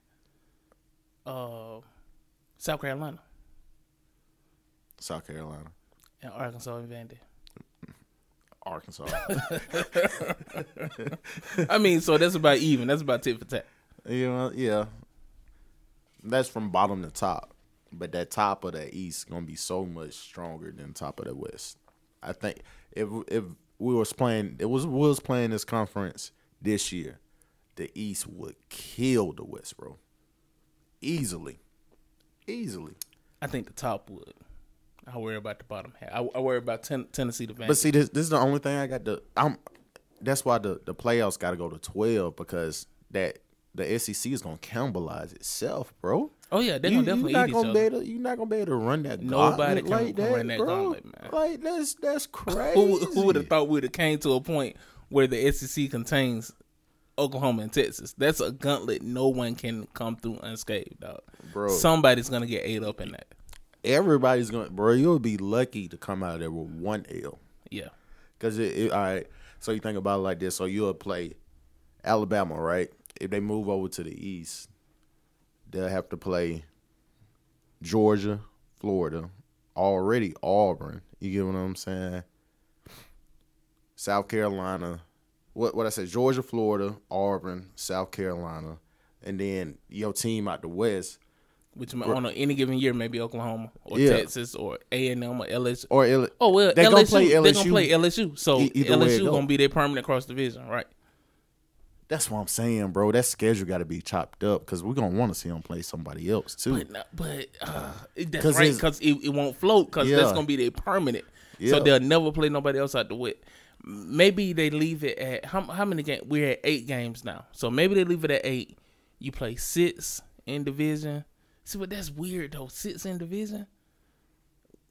Speaker 3: uh, South Carolina
Speaker 2: South Carolina,
Speaker 3: and Arkansas and
Speaker 2: (laughs)
Speaker 3: Vandy.
Speaker 2: Arkansas.
Speaker 3: I mean, so that's about even. That's about tit for tat.
Speaker 2: you know, yeah. That's from bottom to top, but that top of the East gonna be so much stronger than top of the West. I think if if we was playing, it was we was playing this conference this year, the East would kill the West, bro. Easily, easily.
Speaker 3: I think the top would. I worry about the bottom half. I, I worry about ten, Tennessee to Vandy.
Speaker 2: But see, this this is the only thing I got to. I'm. That's why the the playoffs got to go to twelve because that the SEC is gonna cannibalize itself, bro.
Speaker 3: oh yeah, they're
Speaker 2: you,
Speaker 3: gonna definitely
Speaker 2: you not
Speaker 3: eat
Speaker 2: gonna
Speaker 3: each
Speaker 2: be
Speaker 3: other.
Speaker 2: able to, you're not gonna be able to run that
Speaker 3: Nobody
Speaker 2: gauntlet
Speaker 3: can
Speaker 2: like that,
Speaker 3: run that
Speaker 2: bro.
Speaker 3: gauntlet, man.
Speaker 2: Like that's that's crazy.
Speaker 3: (laughs) Who, who would have thought we would have came to a point where the SEC contains Oklahoma and Texas? That's a gauntlet no one can come through unscathed, dog.
Speaker 2: Bro.
Speaker 3: somebody's gonna get ate up in that.
Speaker 2: Everybody's gonna, bro. You'll be lucky to come out of there with one L.
Speaker 3: Yeah,
Speaker 2: Cause it, it all right. So you think about it like this. So you'll play Alabama, right? If they move over to the east, they'll have to play Georgia, Florida, already Auburn. You get what I'm saying? South Carolina, what what I said, Georgia, Florida, Auburn, South Carolina, and then your team out the West
Speaker 3: Which might- on a- any given year, maybe Oklahoma or
Speaker 2: Yeah.
Speaker 3: Texas or A and M or LSU.
Speaker 2: or Ill-
Speaker 3: Oh well,
Speaker 2: They
Speaker 3: LSU,
Speaker 2: gonna play
Speaker 3: They're
Speaker 2: LSU.
Speaker 3: gonna play LSU, so
Speaker 2: E- either way it
Speaker 3: LSU
Speaker 2: go.
Speaker 3: gonna be their permanent cross division, right?
Speaker 2: That's what I'm saying, bro. That schedule got to be chopped up because we're gonna want to see them play somebody else too.
Speaker 3: But no- but uh, that's
Speaker 2: 'Cause
Speaker 3: right
Speaker 2: it's-
Speaker 3: because it, it won't float because
Speaker 2: Yeah.
Speaker 3: that's gonna be their permanent.
Speaker 2: Yeah.
Speaker 3: So they'll never play nobody else out the wet. Maybe they leave it at how how many games? We're at eight games now, so maybe they leave it at eight. You play six in division. See, but that's weird though. Six in division.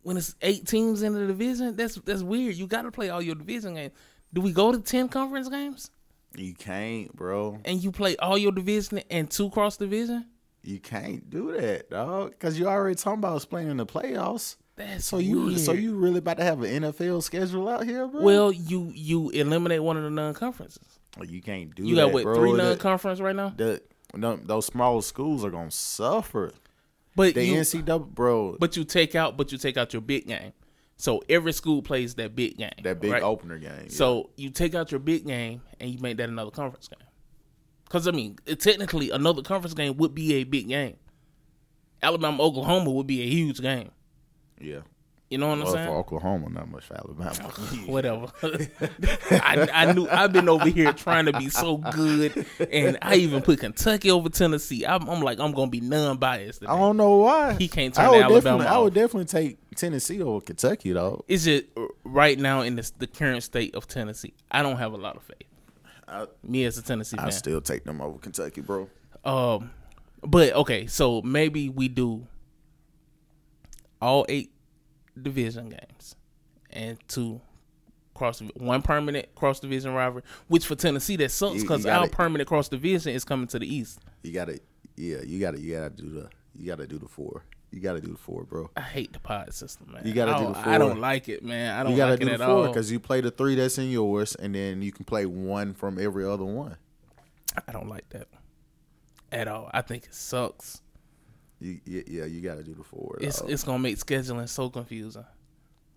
Speaker 3: When it's eight teams in the division, that's that's weird. You got to play all your division games. Do we go to ten conference games
Speaker 2: You can't, bro.
Speaker 3: and you play all your division and two cross division?
Speaker 2: You can't do that, dog. Because you already talking about playing in the playoffs.
Speaker 3: That's
Speaker 2: so you so
Speaker 3: weird.
Speaker 2: you really about to have an NFL schedule out here, bro?
Speaker 3: Well, you you eliminate one of the non conferences.
Speaker 2: Like, you can't do
Speaker 3: You
Speaker 2: that,
Speaker 3: got what
Speaker 2: bro.
Speaker 3: three
Speaker 2: That-
Speaker 3: non conference right now?
Speaker 2: that- no, those smaller schools are gonna suffer.
Speaker 3: But
Speaker 2: The
Speaker 3: you
Speaker 2: NCAA, bro.
Speaker 3: but you take out but you take out your big game. So every school plays that big game.
Speaker 2: that big
Speaker 3: right?
Speaker 2: opener game.
Speaker 3: So you take out your big game and you make that another conference game. Because I mean, it- technically, another conference game would be a big game. Alabama Oklahoma would be a huge game.
Speaker 2: yeah.
Speaker 3: You know what I'm
Speaker 2: Well,
Speaker 3: saying?
Speaker 2: for Oklahoma, not much for Alabama. (laughs)
Speaker 3: whatever. I, I knew I've been over here trying to be so good, and I even put Kentucky over Tennessee. I'm, I'm like, I'm gonna be non-biased.
Speaker 2: I
Speaker 3: Today.
Speaker 2: don't know why
Speaker 3: He can't
Speaker 2: I
Speaker 3: turn
Speaker 2: would
Speaker 3: Alabama
Speaker 2: definitely- I
Speaker 3: off.
Speaker 2: would definitely take Tennessee over Kentucky, though.
Speaker 3: It's just uh, right now in this, the current state of Tennessee. I don't have a lot of faith. Me as a Tennessee
Speaker 2: I
Speaker 3: fan,
Speaker 2: still take them over Kentucky, bro.
Speaker 3: um, but okay, so maybe we do all eight division games and two. Cross one permanent cross division rivalry, which for Tennessee that sucks
Speaker 2: You- you
Speaker 3: because our
Speaker 2: gotta-
Speaker 3: permanent cross division is coming to the east.
Speaker 2: You gotta, yeah, you gotta, you gotta do the, you gotta do the four. You gotta do the four, bro.
Speaker 3: I hate the pod system, man.
Speaker 2: You gotta
Speaker 3: I
Speaker 2: do
Speaker 3: don't-
Speaker 2: the
Speaker 3: I
Speaker 2: four.
Speaker 3: don't like it, man. I don't
Speaker 2: You gotta
Speaker 3: like
Speaker 2: do
Speaker 3: it
Speaker 2: the
Speaker 3: at
Speaker 2: four
Speaker 3: all.
Speaker 2: because you play the three that's in yours, and then you can play one from every other one.
Speaker 3: I don't like that at all. I think it sucks.
Speaker 2: You, yeah, yeah, you gotta do the four
Speaker 3: It's it's gonna make scheduling so confusing.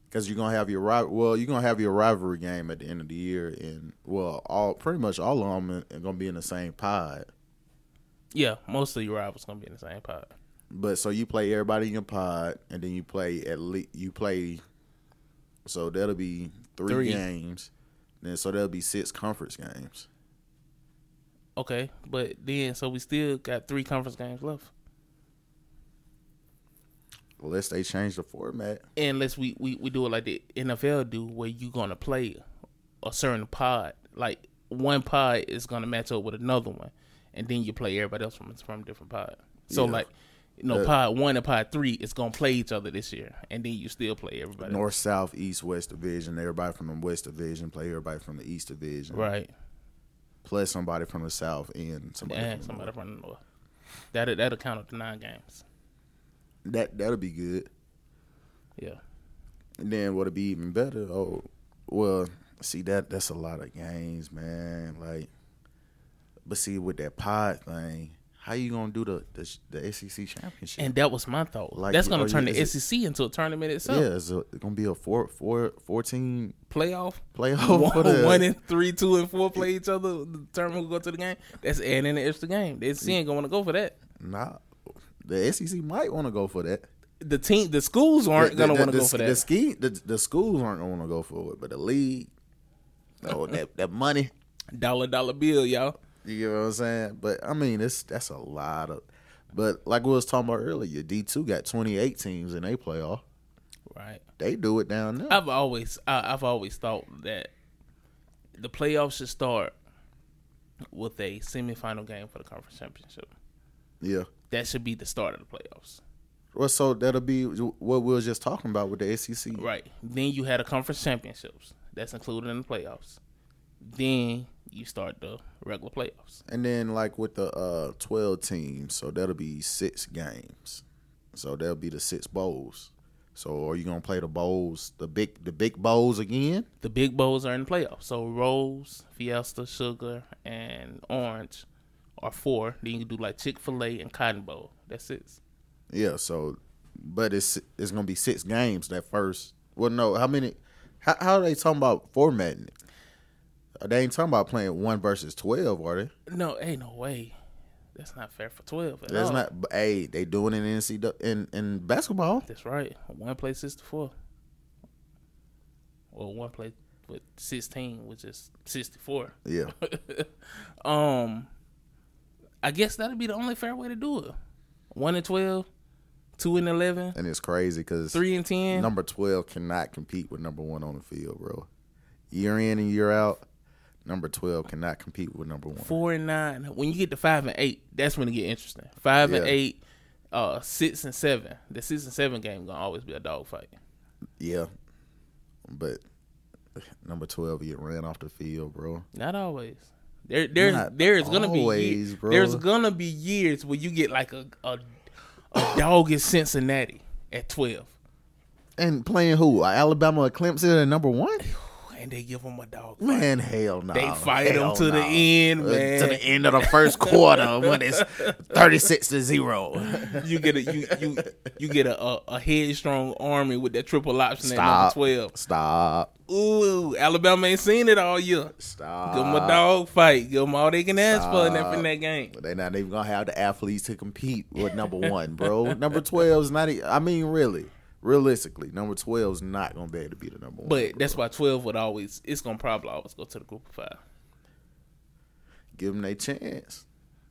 Speaker 2: because you're gonna have your ri- well, you're gonna have your rivalry game at the end of the year, and well, all pretty much all of them are gonna be in the same pod.
Speaker 3: Yeah, most of your rivals gonna be in the same pod.
Speaker 2: But so you play everybody in your pod, and then you play at least you play. So that'll be three,
Speaker 3: Three.
Speaker 2: games. Then so that'll be six conference games.
Speaker 3: Okay, but then so we still got three conference games left,
Speaker 2: Unless they change the format.
Speaker 3: unless we we, we do it like the NFL do, where you gonna play a certain pod. Like one pod is gonna match up with another one, and then you play everybody else from from a different pod. So
Speaker 2: Yeah.
Speaker 3: like. You know,
Speaker 2: Uh,
Speaker 3: pod one and pod three is gonna play each other this year, and then you still play everybody. else.
Speaker 2: North, South, East, West Division. Everybody from the West Division play everybody from the East Division.
Speaker 3: Right.
Speaker 2: Plus somebody from the South and somebody.
Speaker 3: And
Speaker 2: from
Speaker 3: somebody from the north. That that'll count up to nine games.
Speaker 2: the That that'll be good.
Speaker 3: Yeah.
Speaker 2: And then what'll be even better? Oh, well, see that that's a lot of games, man. Like, but see with that pod thing, how you gonna do the the, sh- the SEC championship?
Speaker 3: And that was my thought.
Speaker 2: Like,
Speaker 3: That's gonna
Speaker 2: are
Speaker 3: turn
Speaker 2: you-
Speaker 3: the
Speaker 2: is it-
Speaker 3: SEC into a tournament itself.
Speaker 2: yeah, it's, a, it's gonna be a four four fourteen
Speaker 3: Playoff.
Speaker 2: playoff for
Speaker 3: (laughs) One,
Speaker 2: the
Speaker 3: one and three, two and four play each other. Determine who go to the game. That's adding an extra game. The SEC ain't gonna go for that.
Speaker 2: nah, the SEC might want to go for that.
Speaker 3: The team, the schools aren't
Speaker 2: The-
Speaker 3: gonna
Speaker 2: the-
Speaker 3: want
Speaker 2: the-
Speaker 3: to go for
Speaker 2: the
Speaker 3: that.
Speaker 2: ski, the, the schools aren't gonna want to go for it, but the league,
Speaker 3: (laughs)
Speaker 2: oh that that money.
Speaker 3: Dollar dollar bill, y'all.
Speaker 2: You get what I'm saying? But I mean, it's that's a lot of. But like we was talking about earlier, D two got 28 teams and they play off.
Speaker 3: Right.
Speaker 2: They do it down there.
Speaker 3: I've always I, I've always thought that the playoffs should start with a semifinal game for the conference championship.
Speaker 2: yeah.
Speaker 3: That should be the start of the playoffs.
Speaker 2: Well, so that'll be what we was just talking about with the E SEC.
Speaker 3: Right. Then you had the conference championships. That's included in the playoffs. Then you start the regular playoffs.
Speaker 2: And then like with the uh 12 teams, so that'll be six games. So that'll be the six bowls. So are you gonna play the bowls, the big the big bowls again?
Speaker 3: The big bowls are in the playoffs. So Rose, Fiesta, Sugar, and Orange are four. Then you can do like Chick fil A and Cotton Bowl. That's it.
Speaker 2: Yeah. So but it's it's gonna be six games that first. Well, no, how many? How, how are they talking about formatting it? Uh, They ain't talking about playing one versus twelve, are they?
Speaker 3: No, ain't no way. That's not fair for twelve. at
Speaker 2: That's
Speaker 3: all.
Speaker 2: not. but, Hey, they doing it in NCAA in, in basketball.
Speaker 3: That's right. One play sixty-four. Well, one play with sixteen, which is sixty-four.
Speaker 2: Yeah,
Speaker 3: Um, I guess that'd be the only fair way to do it. One and 12, 2 and 11,
Speaker 2: and it's crazy because
Speaker 3: 3 and ten.
Speaker 2: number twelve cannot compete with number one on the field, bro. Year in and year out, number twelve cannot compete with number one.
Speaker 3: four and nine. When you get to five and eight, that's when it get interesting. Five and
Speaker 2: Yeah.
Speaker 3: eight, uh, six and seven. The six and seven game gonna always be a dogfight.
Speaker 2: Yeah, but (sighs) number twelve get ran off the field, bro.
Speaker 3: Not always. There, there's,
Speaker 2: Not
Speaker 3: there is gonna be
Speaker 2: always,
Speaker 3: years,
Speaker 2: bro.
Speaker 3: there's gonna be years where you get like a a, a dog in Cincinnati at twelve,
Speaker 2: And playing who? Alabama or Clemson at number one?
Speaker 3: and they give them a dog.
Speaker 2: Man, hell no.
Speaker 3: They fight 'em
Speaker 2: Hell
Speaker 3: to the
Speaker 2: no.
Speaker 3: end,
Speaker 2: Uh,
Speaker 3: man.
Speaker 2: To the end of the first quarter when it's thirty six to zero.
Speaker 3: (laughs) You get a you you you get a, a, a headstrong army with that triple option
Speaker 2: Stop.
Speaker 3: at number
Speaker 2: Stop.
Speaker 3: twelve. Ooh, Alabama ain't seen it all year.
Speaker 2: Stop.
Speaker 3: Give them
Speaker 2: Uh,
Speaker 3: a dog fight. Give them all they can ask for in that, in that game.
Speaker 2: They're not even gonna have the athletes to compete with number one, bro. number twelve is not. e- I mean, really, realistically, number twelve is not gonna be able to be the number one.
Speaker 3: But
Speaker 2: bro.
Speaker 3: that's why twelve would always it's gonna probably always go to the group of five.
Speaker 2: give them their chance.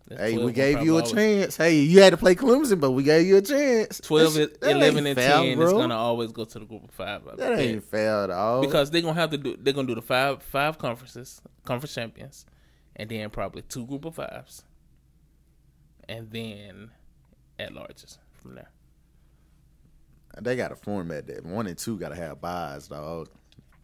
Speaker 3: That's
Speaker 2: Hey,
Speaker 3: 12
Speaker 2: we
Speaker 3: would
Speaker 2: gave
Speaker 3: probably
Speaker 2: you a
Speaker 3: always-
Speaker 2: chance. Hey, you had to play Clemson, but we gave you a chance.
Speaker 3: 12,
Speaker 2: That's- that ain't
Speaker 3: 11, and
Speaker 2: fair,
Speaker 3: ten
Speaker 2: bro.
Speaker 3: is gonna always go to the group of five. I
Speaker 2: That
Speaker 3: bet.
Speaker 2: ain't fair at all.
Speaker 3: because they're gonna have to do they're gonna do the five five conferences conference champions and then probably two group of fives and then at larges from there
Speaker 2: They got a format that one and two gotta have buys, dog.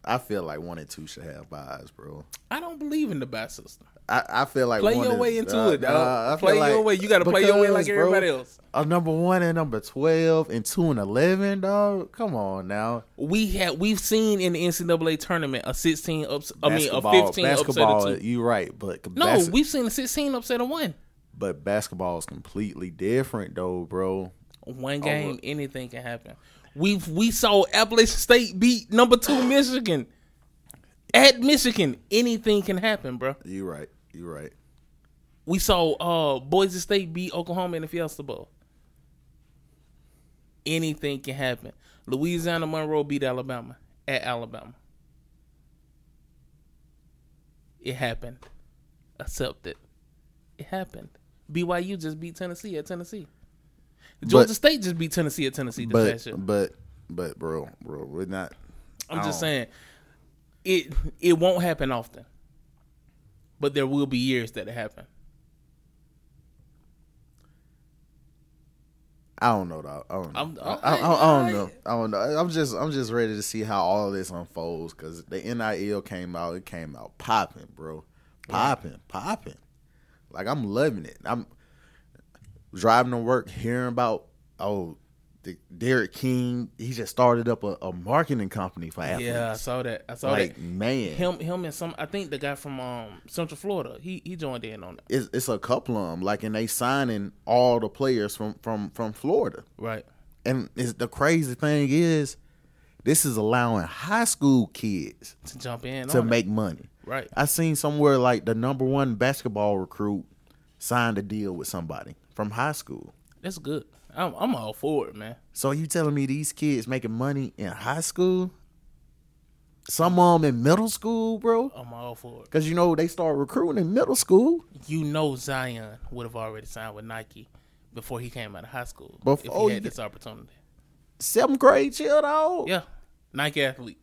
Speaker 2: I feel like one and two should have buys, bro.
Speaker 3: i don't believe in the buy system
Speaker 2: I, I feel like
Speaker 3: play
Speaker 2: one
Speaker 3: your
Speaker 2: and-
Speaker 3: way into
Speaker 2: nah,
Speaker 3: it dog
Speaker 2: nah, I feel
Speaker 3: play your
Speaker 2: like-
Speaker 3: way you gotta play your way like
Speaker 2: because,
Speaker 3: everybody
Speaker 2: bro,
Speaker 3: else
Speaker 2: A number one and number twelve and two and eleven, dog. Come on now,
Speaker 3: we had we've seen in the ncaa tournament a 16 ups i mean a
Speaker 2: Basketball-
Speaker 3: 15
Speaker 2: Basketball,
Speaker 3: upset of two
Speaker 2: you right, but
Speaker 3: no
Speaker 2: bas-
Speaker 3: we've seen a 16 upset of one
Speaker 2: but basketball is completely different, though, bro.
Speaker 3: one game anything can happen we've we saw appalachian state beat number two michigan at michigan anything can happen bro
Speaker 2: You right, you right.
Speaker 3: we saw uh boise state beat oklahoma in the fiesta bowl anything can happen louisiana monroe beat alabama at alabama it happened accept it it happened byu just beat tennessee at tennessee georgia state just beat tennessee at tennessee this
Speaker 2: But
Speaker 3: past year.
Speaker 2: but but, bro, bro, we're not.
Speaker 3: I'm just
Speaker 2: Oh.
Speaker 3: saying it it won't happen often. But there will be years that it happen.
Speaker 2: I don't know, dog. I don't know.
Speaker 3: I'm-
Speaker 2: I, I, I, I
Speaker 3: alright,
Speaker 2: don't know. I don't know. I'm just, I'm just ready to see how all this unfolds because the NIL came out. It came out popping, bro, popping, popping. Like I'm loving it. I'm driving to work, hearing about oh, the Derek King. He just started up a, a marketing company for athletes.
Speaker 3: Yeah, I saw that. I saw
Speaker 2: like
Speaker 3: that.
Speaker 2: man,
Speaker 3: Him him and some I think the guy from um Central Florida, he he joined in on it.
Speaker 2: it's, it's a couple of them. Like, and they signing all the players from from from Florida.
Speaker 3: Right.
Speaker 2: and it's, the crazy thing is, this is allowing high school kids
Speaker 3: To jump in
Speaker 2: to
Speaker 3: on it.
Speaker 2: make money.
Speaker 3: Right.
Speaker 2: I seen somewhere like the number one basketball recruit signed a deal with somebody from high school.
Speaker 3: That's good. I'm I'm all for it, man.
Speaker 2: So you telling me these kids making money in high school? Some of them in middle school, bro.
Speaker 3: I'm all for it.
Speaker 2: Cause you know they start recruiting in middle school
Speaker 3: You know Zion would have already signed with Nike before he came out of high school. if
Speaker 2: Before
Speaker 3: he
Speaker 2: you
Speaker 3: had
Speaker 2: get-
Speaker 3: this opportunity.
Speaker 2: seventh grade, chill out.
Speaker 3: Yeah. Nike athlete.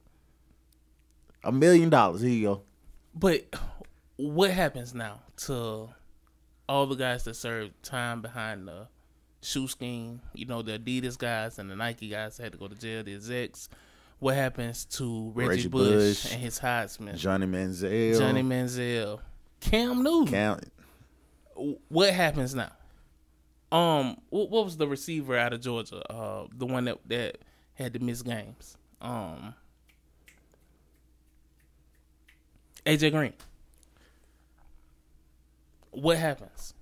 Speaker 2: A million dollars. Here you go.
Speaker 3: But what happens now to all the guys that served time behind the shoe scheme? You know, the Adidas guys and the Nike guys that had to go to jail, the execs. What happens to Reggie,
Speaker 2: Reggie
Speaker 3: Bush,
Speaker 2: Bush,
Speaker 3: and his Heisman,
Speaker 2: Johnny Manziel.
Speaker 3: Johnny Manziel, Cam Newton?
Speaker 2: Cam-
Speaker 3: What happens now? Um, what, what was the receiver out of Georgia? Uh, the one that that had to miss games. Um, AJ Green. What happens?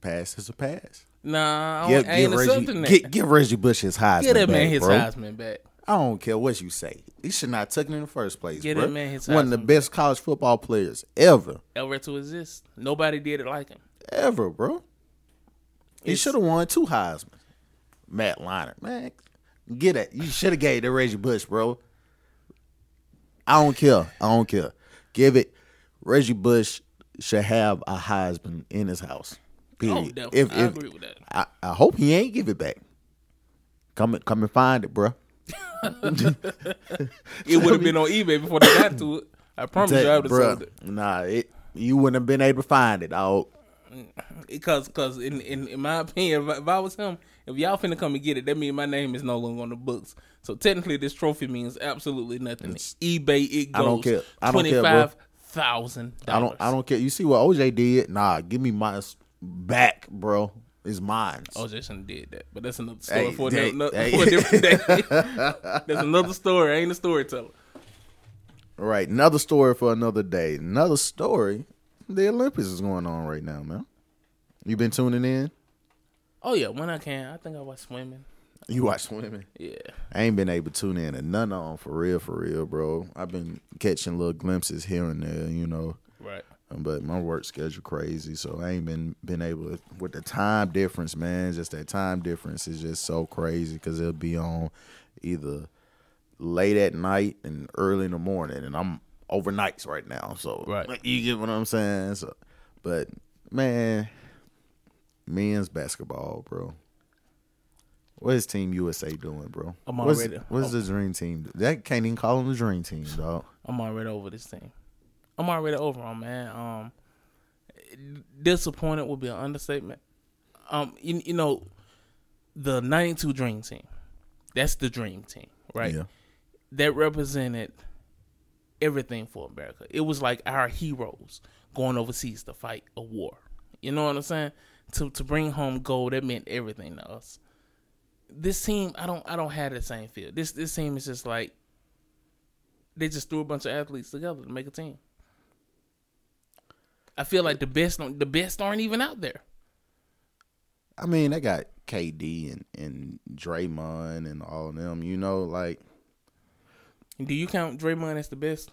Speaker 2: pass is a pass.
Speaker 3: Nah, I,
Speaker 2: Give,
Speaker 3: don't- I
Speaker 2: give,
Speaker 3: ain't
Speaker 2: Reggie,
Speaker 3: accepting that.
Speaker 2: give, give Reggie Bush his Heisman
Speaker 3: Get that
Speaker 2: back,
Speaker 3: man his
Speaker 2: bro.
Speaker 3: Heisman back.
Speaker 2: I don't care what you say. He should not took it in the first place.
Speaker 3: Get
Speaker 2: bro.
Speaker 3: that man his
Speaker 2: One of the
Speaker 3: Heisman
Speaker 2: best college football players ever,
Speaker 3: Ever to exist. Nobody did it like him.
Speaker 2: ever, bro. He should have won two Heisman. Matt Leinart, man, get it. You should have gave it to Reggie Bush, bro. I don't care. I don't care. Give it. Reggie Bush should have a Heisman in his house.
Speaker 3: Oh,
Speaker 2: Period.
Speaker 3: definitely.
Speaker 2: if,
Speaker 3: I
Speaker 2: if-
Speaker 3: agree with that.
Speaker 2: I, I hope he ain't give it back. Come and come and find it, bro.
Speaker 3: It would have been on eBay before they got to it. I promise you, I would have sold
Speaker 2: Bruh,
Speaker 3: it.
Speaker 2: Nah, it you wouldn't have been able to find it. Oh,
Speaker 3: Because, cause in, in, in my (laughs) opinion, if I, if I was him, if y'all finna come and get it, that means my name is no longer on the books. So technically, this trophy means absolutely nothing. eBay, it goes
Speaker 2: I don't care. I don't care, bro.
Speaker 3: twenty-five thousand
Speaker 2: I don't I don't care. You see what OJ did? Nah, give me my back, bro. It's mine.
Speaker 3: Oh, Jason did that, but that's another story
Speaker 2: Hey,
Speaker 3: for,
Speaker 2: they-
Speaker 3: another,
Speaker 2: hey.
Speaker 3: for a different day.
Speaker 2: (laughs)
Speaker 3: that's another story. I ain't a storyteller.
Speaker 2: All right, another story for another day. Another story. The Olympics is going on right now, man. You been tuning in?
Speaker 3: Oh yeah, when I can, I think I was swimming.
Speaker 2: You watch swimming?
Speaker 3: Yeah,
Speaker 2: I ain't been able to tune in to none of them for real, for real, bro. I've been catching little glimpses here and there, you know.
Speaker 3: right.
Speaker 2: but my work schedule crazy, so I ain't been been able to, with the time difference, man. Just that time difference is just so crazy because it'll be on either late at night and early in the morning, and I'm overnights right now, so
Speaker 3: Right.
Speaker 2: (laughs) you get what I'm saying. So, but man, men's basketball, bro. What is Team USA doing, bro?
Speaker 3: I'm
Speaker 2: what's,
Speaker 3: already-
Speaker 2: What's the dream team? That can't even call them the dream team, dog.
Speaker 3: I'm already over this thing. I'm already over on man. Um, disappointed would be an understatement. Um, you, you know, the '92 Dream Team. That's the Dream Team, right?
Speaker 2: Yeah.
Speaker 3: That represented everything for America. It was like our heroes going overseas to fight a war. You know what I'm saying? To to bring home gold, that meant everything to us. This team, I don't I don't have the same feel. This this team is just like they just threw a bunch of athletes together to make a team. I feel like the best don't- the best aren't even out there.
Speaker 2: I mean, they got KD and, and Draymond and all of them. You know, like
Speaker 3: Do you count Draymond as the best?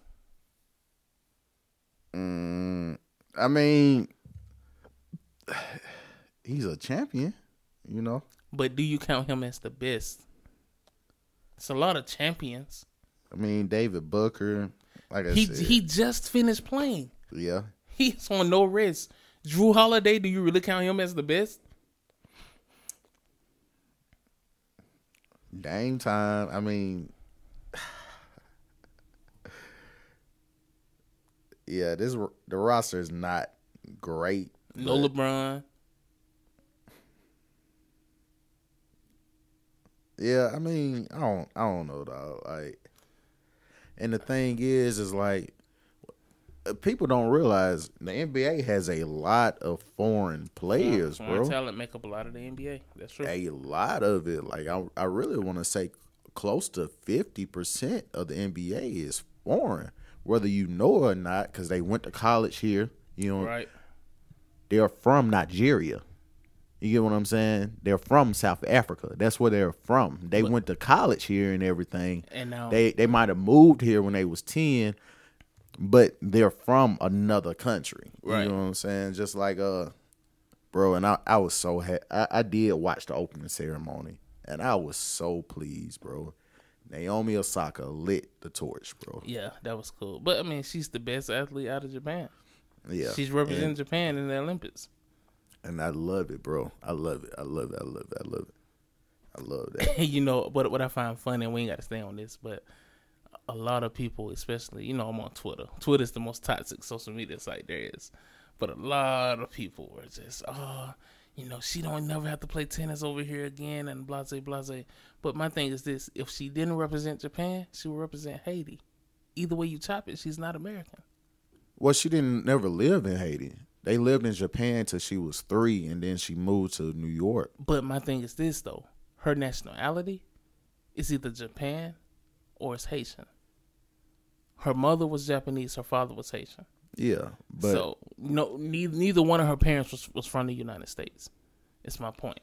Speaker 2: mm, I mean, (sighs) he's a champion. You know,
Speaker 3: But do you count him as the best? It's a lot of champions.
Speaker 2: I mean David Booker. Like I
Speaker 3: He
Speaker 2: said,
Speaker 3: he just finished playing.
Speaker 2: yeah.
Speaker 3: He's on no rest. Drew Holiday, do you really count him as the best?
Speaker 2: Dame time. I mean, (sighs) yeah. This ro- the roster is not great.
Speaker 3: No
Speaker 2: but
Speaker 3: LeBron.
Speaker 2: Yeah, I mean, I don't, I don't know, dog. Like, and the thing is, is like, uh, people don't realize the NBA has a lot of foreign players,
Speaker 3: Foreign
Speaker 2: bro.
Speaker 3: talent make up a lot of the NBA. That's true.
Speaker 2: A lot of it. Like, I, I really want to say close to fifty percent of the NBA is foreign, whether you know it or not, because they went to college here. You know,
Speaker 3: Right.
Speaker 2: they're from Nigeria. You get what I'm saying? They're from South Africa. That's where they're from. They went to college here and everything.
Speaker 3: And um, now-
Speaker 2: they they might have moved here when they was ten, but they're from another country.
Speaker 3: Right.
Speaker 2: You know what I'm saying? Just like uh, bro. And I I was so ha- I, I did watch the opening ceremony and I was so pleased, bro. Naomi Osaka lit the torch, bro.
Speaker 3: Yeah, that was cool. But I mean, she's the best athlete out of Japan.
Speaker 2: Yeah,
Speaker 3: She's representing Japan in the Olympics.
Speaker 2: and I love it, bro. I love it. I love it. I love it. I love it. I love that.
Speaker 3: (laughs) you know, but what I find funny, and we ain't got to stay on this, but a lot of people, especially, you know, I'm on Twitter. Twitter's the most toxic social media site there is. But a lot of people were just, oh, you know, she don't never have to play tennis over here again and blase, blase. But my thing is this if she didn't represent Japan, she would represent Haiti. Either way you chop it, she's not American.
Speaker 2: Well, she didn't never live in Haiti. They lived in Japan till she was three, and then she moved to New York.
Speaker 3: But my thing is this, though her nationality is either Japan or it's Haitian. Her mother was Japanese, her father was Haitian.
Speaker 2: Yeah, but
Speaker 3: so no, neither, neither one of her parents was was from the United States. It's my point.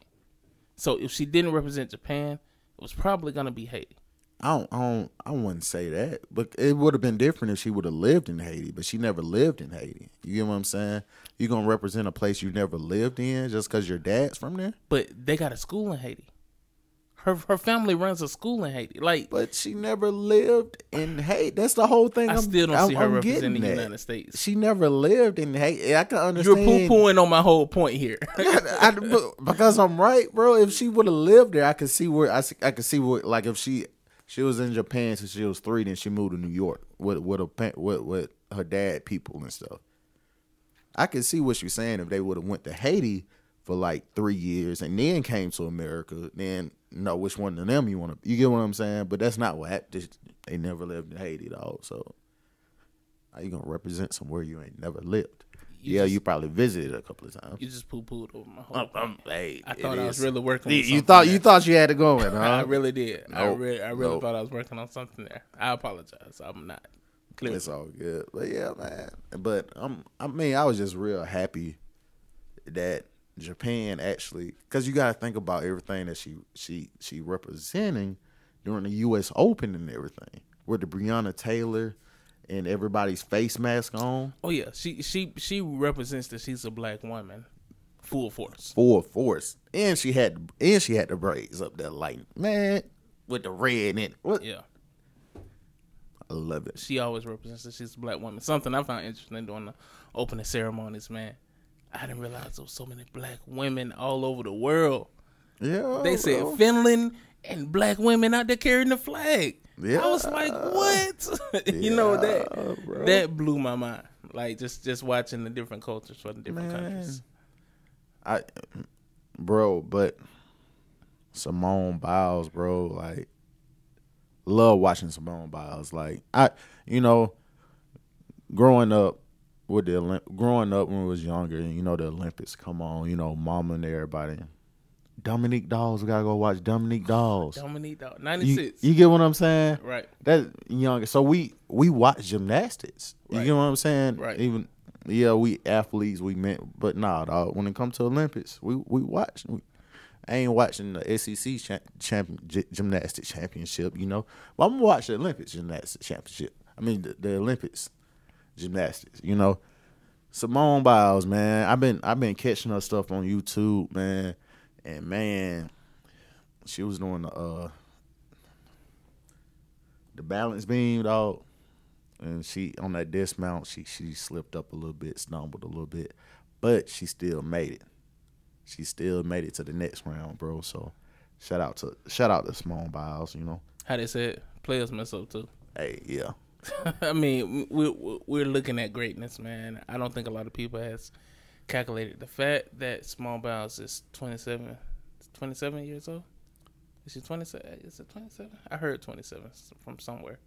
Speaker 3: So if she didn't represent Japan, it was probably gonna be Haiti.
Speaker 2: I don't, I don't, I wouldn't say that, but it would have been different if she would have lived in Haiti, but she never lived in Haiti. You get what I'm saying? You gonna represent a place you never lived in just because your dad's from there?
Speaker 3: But they got a school in Haiti. Her her family runs a school in Haiti. Like
Speaker 2: But she never lived in Haiti. That's the whole thing.
Speaker 3: I
Speaker 2: I'm,
Speaker 3: still don't
Speaker 2: I'm-
Speaker 3: see her
Speaker 2: I'm
Speaker 3: representing
Speaker 2: getting
Speaker 3: the
Speaker 2: at.
Speaker 3: United States.
Speaker 2: She never lived in Haiti. I can
Speaker 3: You're
Speaker 2: understand.
Speaker 3: poo pooing on my whole point here.
Speaker 2: (laughs) I, but- because I'm right, bro. If she would have lived there, I could see where I, see- I could see where like if she she was in Japan since she was three, then she moved to New York with with a pa- with with her dad people and stuff. I could see what she's saying if they would have went to Haiti for like three years and then came to America. Then know which one of them you want to. You get what I'm saying? But that's not what happened. Just- They never lived in Haiti though, so. How you gonna represent somewhere you ain't never lived? yeah, you probably visited a couple of times.
Speaker 3: you just poo pooed over my whole. point.
Speaker 2: Hey,
Speaker 3: I
Speaker 2: it
Speaker 3: thought I was
Speaker 2: is.
Speaker 3: really working.
Speaker 2: You,
Speaker 3: on
Speaker 2: you
Speaker 3: something
Speaker 2: thought
Speaker 3: there.
Speaker 2: you thought you had to go in, huh?
Speaker 3: (laughs) I really did. I
Speaker 2: Nope.
Speaker 3: really, I really
Speaker 2: Nope.
Speaker 3: thought I was working on something there. I apologize. I'm not. Clearly.
Speaker 2: It's all good, but yeah, man. But um, I mean, I was just real happy that Japan actually, because you got to think about everything that she she she representing during the U.S. Open and everything with the Breonna Taylor and everybody's face mask on.
Speaker 3: Oh yeah, she she she represents that she's a black woman, full force.
Speaker 2: full force. And she had and she had the braids up there like man with the red in it. What?
Speaker 3: Yeah,
Speaker 2: I love it.
Speaker 3: she always represents that she's a black woman. Something I found interesting during the opening ceremonies, man. I didn't realize there was so many black women all over the world.
Speaker 2: Yeah. Oh.
Speaker 3: They said
Speaker 2: bro.
Speaker 3: Finland and black women out there carrying the flag.
Speaker 2: Yeah.
Speaker 3: I was like, what? (laughs) you know
Speaker 2: Yeah,
Speaker 3: that
Speaker 2: bro.
Speaker 3: that blew my mind. Like just just watching the different cultures from the different
Speaker 2: Man.
Speaker 3: countries.
Speaker 2: I bro, but Simone Biles, bro, like love watching Simone Biles. Like I you know, growing up with the Olymp- growing up when I was younger and you know the Olympics come on, you know, mama and everybody. Dominique Dawes, we gotta go watch Dominique Dawes.
Speaker 3: Dominique Dawg,
Speaker 2: You,
Speaker 3: 96.
Speaker 2: you get what I'm saying?
Speaker 3: right.
Speaker 2: that young. So we we watch gymnastics. You
Speaker 3: Right.
Speaker 2: get what I'm saying?
Speaker 3: Right.
Speaker 2: Even yeah, we athletes. We meant, but nah, dog. When it comes to Olympics, we we watch. We, I ain't watching the SEC champ, champ, gy- gymnastics championship. You know, but I'm gonna watch the Olympics gymnastics championship. I mean the, the Olympics gymnastics. You know, Simone Biles, man. I've been I've been catching her stuff on YouTube, man. And man, she was doing the uh the balance beam, dog. And she on that dismount, she she slipped up a little bit, stumbled a little bit, but she still made it. She still made it to the next round, bro. So shout out to shout out to Simone Biles, you know.
Speaker 3: How they said players mess up too.
Speaker 2: Hey, yeah.
Speaker 3: I mean, we're we're looking at greatness, man. I don't think a lot of people has calculated the fact that Small Biles is 27, 27 years old. Is she twenty seven? Is it twenty seven? I heard twenty seven from somewhere.